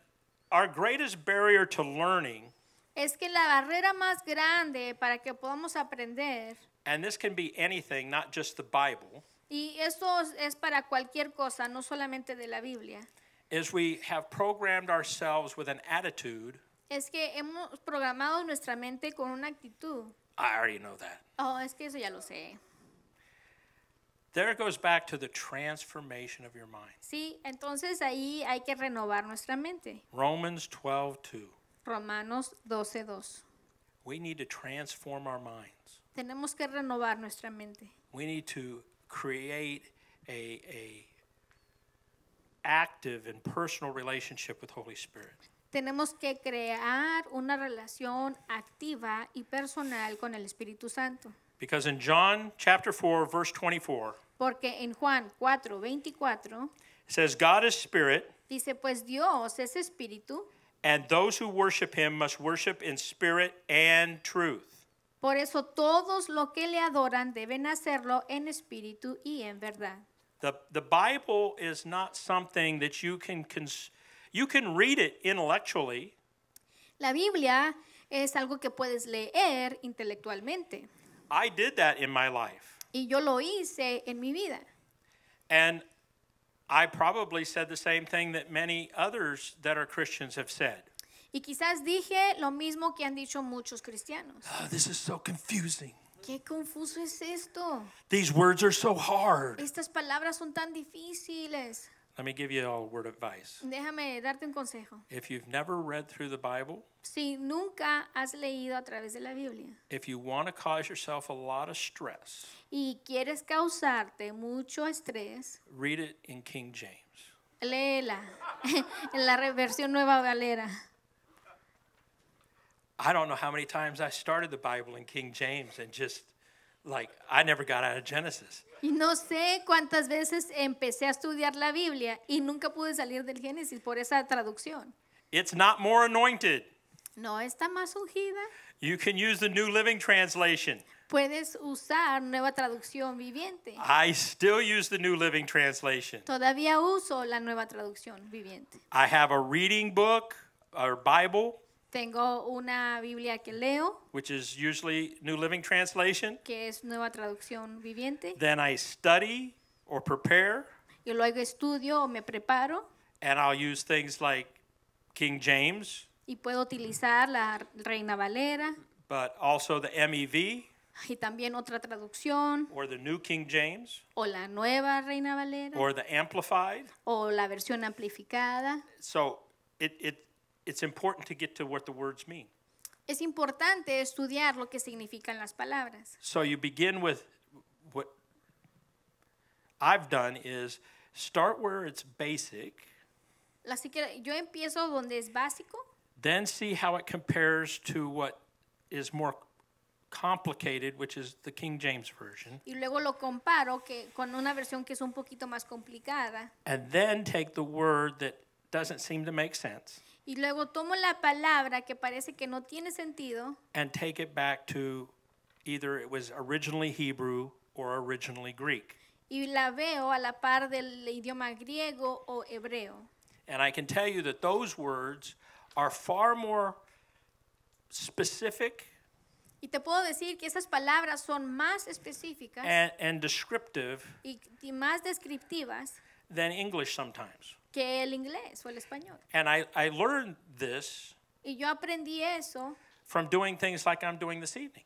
S1: our greatest barrier to learning,
S2: es que la barrera más grande para que podamos aprender,
S1: and this can be anything, not just the Bible,
S2: y esto es- es para cualquier cosa, no solamente de la Biblia,
S1: is we have programmed ourselves with an attitude
S2: es que hemos programado nuestra mente con una actitud.
S1: I already know that.
S2: Oh, es que eso ya lo sé.
S1: There it goes back to the transformation of your mind.
S2: Sí, entonces ahí hay que renovar nuestra mente.
S1: Romans 12, 2.
S2: Romanos 12:2.
S1: We need to transform our minds.
S2: Tenemos que renovar nuestra mente.
S1: We need to create a, a active and personal relationship with Holy Spirit.
S2: Tenemos que crear una relación activa y personal con el Espíritu Santo.
S1: Because in John chapter 4, verse 24,
S2: Porque en Juan 4, 24
S1: it says, God is spirit,
S2: dice, pues Dios es espíritu,
S1: and those who worship him must worship in spirit and truth.
S2: por eso todos los que le adoran deben hacerlo en espíritu y en verdad.
S1: The, the Bible is not something that you can cons- you can read it intellectually,
S2: La Biblia es algo que puedes leer intelectualmente
S1: I did that in my life.
S2: y yo lo hice en mi vida.
S1: And I probably said the same thing that many others that are Christians have said.
S2: Y quizás dije lo mismo que han dicho muchos cristianos.
S1: Oh, this is so confusing.
S2: Qué confuso es esto.
S1: These words are so hard.
S2: Estas palabras son tan difíciles.
S1: Let me give you all a word of advice.
S2: Déjame darte un consejo.
S1: If you've never read through the Bible,
S2: Si nunca has leído a través de la Biblia
S1: if you want to cause yourself a lot of stress,
S2: y quieres causarte mucho estrés,
S1: read it in King James.
S2: léela en la re- versión Nueva Valera.
S1: I don't know how many times I started the Bible in King James and just like I never got out of Genesis.
S2: Y no sé cuántas veces empecé a estudiar la Biblia y nunca pude salir del Génesis por esa traducción.
S1: It's not more anointed.
S2: No está más ungida.
S1: You can use the New Living Translation.
S2: Puedes usar nueva traducción viviente.
S1: I still use the New Living Translation.
S2: Todavía uso la nueva traducción viviente.
S1: I have a reading book or Bible,
S2: Tengo una Biblia que leo,
S1: which is usually New Living Translation.
S2: que es nueva traducción viviente.
S1: Then I study or prepare,
S2: y luego estudio o me preparo
S1: and I'll use things like King James,
S2: y puedo utilizar la Reina Valera
S1: but also the MEV
S2: y también otra traducción
S1: or the New King James
S2: o la nueva Reina Valera
S1: or the Amplified.
S2: o la versión amplificada.
S1: So it, it, it's important to get to what the words mean.
S2: Es importante estudiar lo que significan las palabras.
S1: So you begin with what I've done is start where it's basic,
S2: Así que yo empiezo donde es básico,
S1: then see how it compares to what is more complicated, which is the King James Version,
S2: y luego lo comparo que, con una versión que es un poquito más complicada.
S1: and then take the word that doesn't seem to make sense
S2: Y luego tomo la palabra que parece que no tiene sentido
S1: and take it back to either it was originally Hebrew or originally Greek.
S2: y la veo a la par del idioma griego o hebreo.
S1: And I can tell you that those words are far more specific
S2: Y te puedo decir que esas palabras son más específicas
S1: and, and descriptive
S2: y, y más descriptivas
S1: than English sometimes.
S2: que el inglés o el español.
S1: And I, I learned this
S2: Y yo aprendí eso
S1: from doing things like I'm doing this evening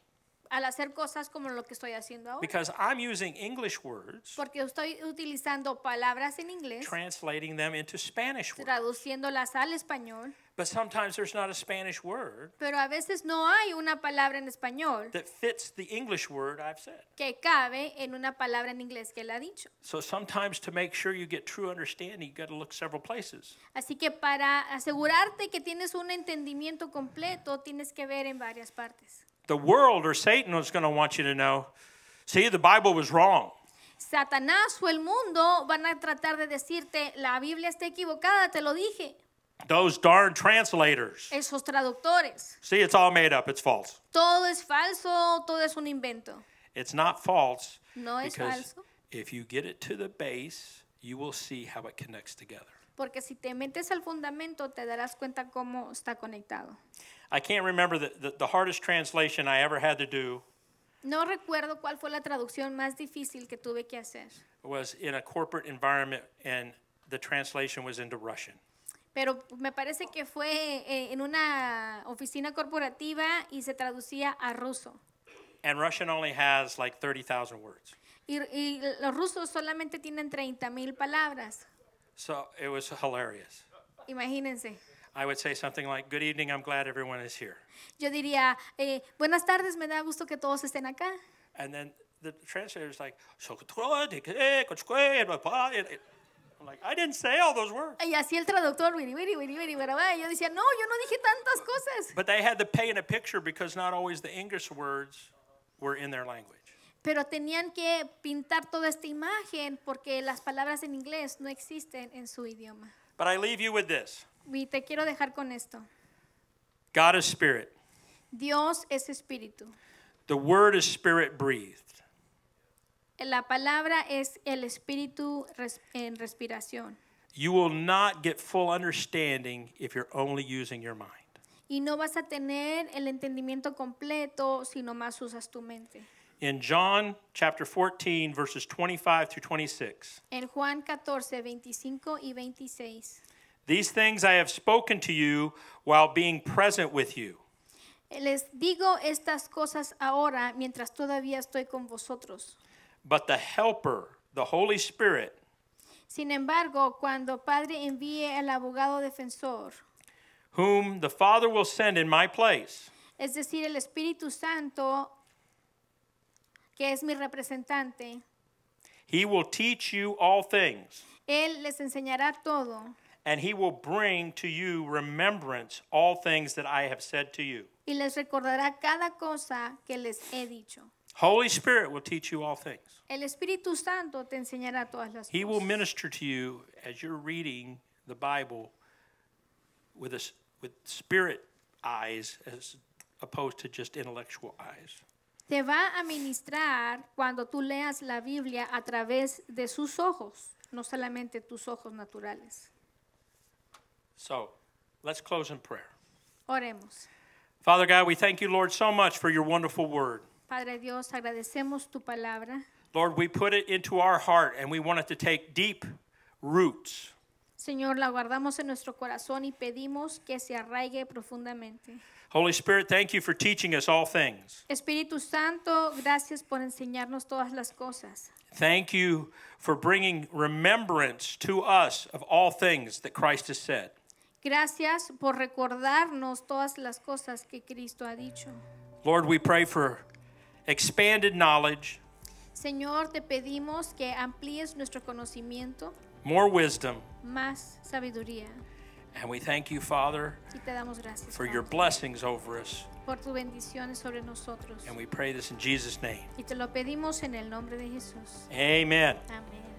S2: al hacer cosas como lo que estoy haciendo ahora.
S1: because I'm using English words,
S2: Porque estoy utilizando palabras en inglés,
S1: translating them into Spanish words.
S2: traduciéndolas al español,
S1: But sometimes there's not a Spanish word
S2: pero a veces no hay una palabra en español
S1: that fits the English word I've said.
S2: que cabe en una palabra en inglés que él ha dicho.
S1: So sometimes to make sure you get true understanding, you got to look several places.
S2: Así que para asegurarte que tienes un entendimiento completo, tienes que ver en varias partes.
S1: The world or Satan is going to want you to know see, the Bible was wrong.
S2: Satanás o el mundo van a tratar de decirte, la Biblia está equivocada, te lo dije.
S1: Those darn translators.
S2: Esos traductores,
S1: See, it's all made up. It's false.
S2: todo es falso, todo es un invento.
S1: It's not false.
S2: No es
S1: because
S2: falso.
S1: If you get it to the base, you will see how it connects together.
S2: Porque si te metes al fundamento, te darás cuenta cómo está conectado.
S1: I can't remember the, the, the hardest translation I ever had to do
S2: No recuerdo cuál fue la traducción más difícil que tuve que hacer,
S1: was in a corporate environment, and the translation was into Russian.
S2: pero me parece que fue eh, en una oficina corporativa y se traducía a ruso.
S1: And Russian only has like 30,000 words.
S2: Y, y los rusos solamente tienen 30.000 palabras,
S1: So it was hilarious.
S2: imagínense.
S1: I would say something like, Good evening, I'm glad everyone is here.
S2: Yo diría, eh, buenas tardes, me da gusto que todos estén acá.
S1: And then the translator's like, "So, kutua, dike, kuchkwe, and blah, blah," and it- I'm like, I didn't say all those words.
S2: Y así el traductor, wiri, wiri, wiri, wiri, barabá. Y yo decía, no, yo no dije tantas cosas.
S1: But they had to paint a picture because not always the English words were in their language.
S2: Pero tenían que pintar toda esta imagen porque las palabras en inglés no existen en su idioma.
S1: But I leave you with this
S2: Y te quiero dejar con esto.
S1: God is spirit.
S2: Dios es espíritu.
S1: The word is spirit breathed.
S2: La palabra es el espíritu res- en respiración.
S1: You will not get full understanding if you're only using your mind.
S2: Y no vas a tener el entendimiento completo si nomás usas tu mente.
S1: In John chapter 14, verses 25 through 26,
S2: En Juan 14, 25 y 26.
S1: these things I have spoken to you while being present with you.
S2: Les digo estas cosas ahora mientras todavía estoy con vosotros.
S1: But the Helper, the Holy Spirit,
S2: Sin embargo, cuando Padre envíe al abogado defensor,
S1: whom the Father will send in my place,
S2: es decir, el Espíritu Santo, que es mi representante,
S1: he will teach you all things,
S2: Él les enseñará todo
S1: and he will bring to you remembrance all things that I have said to you.
S2: y les recordará cada cosa que les he dicho.
S1: Holy Spirit will teach you all things.
S2: El Espíritu Santo te enseñará todas las
S1: He will
S2: cosas.
S1: minister to you as you're reading the Bible with a s with spirit eyes as opposed to just intellectual eyes.
S2: Te va a ministrar cuando tú leas la Biblia a través de sus ojos, no solamente tus ojos naturales.
S1: So, let's close in prayer.
S2: Oremos.
S1: Father God, we thank you, Lord, so much for your wonderful word.
S2: Padre Dios, agradecemos tu palabra.
S1: Lord, we put it into our heart and we want it to take deep roots.
S2: Señor, la guardamos en nuestro corazón y pedimos que se arraigue profundamente.
S1: Holy Spirit, thank you for teaching us all things.
S2: Espíritu Santo, gracias por enseñarnos todas las cosas.
S1: Thank you for bringing remembrance to us of all things that Christ has said.
S2: Gracias por recordarnos todas las cosas que Cristo ha dicho.
S1: Lord, we pray for expanded knowledge,
S2: Señor, te pedimos que amplíes nuestro conocimiento,
S1: more wisdom,
S2: más sabiduría.
S1: and we thank you, Father,
S2: Y te damos gracias
S1: for
S2: Padre,
S1: your blessings over us.
S2: por tus bendiciones sobre nosotros.
S1: And we pray this in Jesus' name.
S2: Y te lo pedimos en el nombre de Jesús.
S1: Amen.
S2: Amén.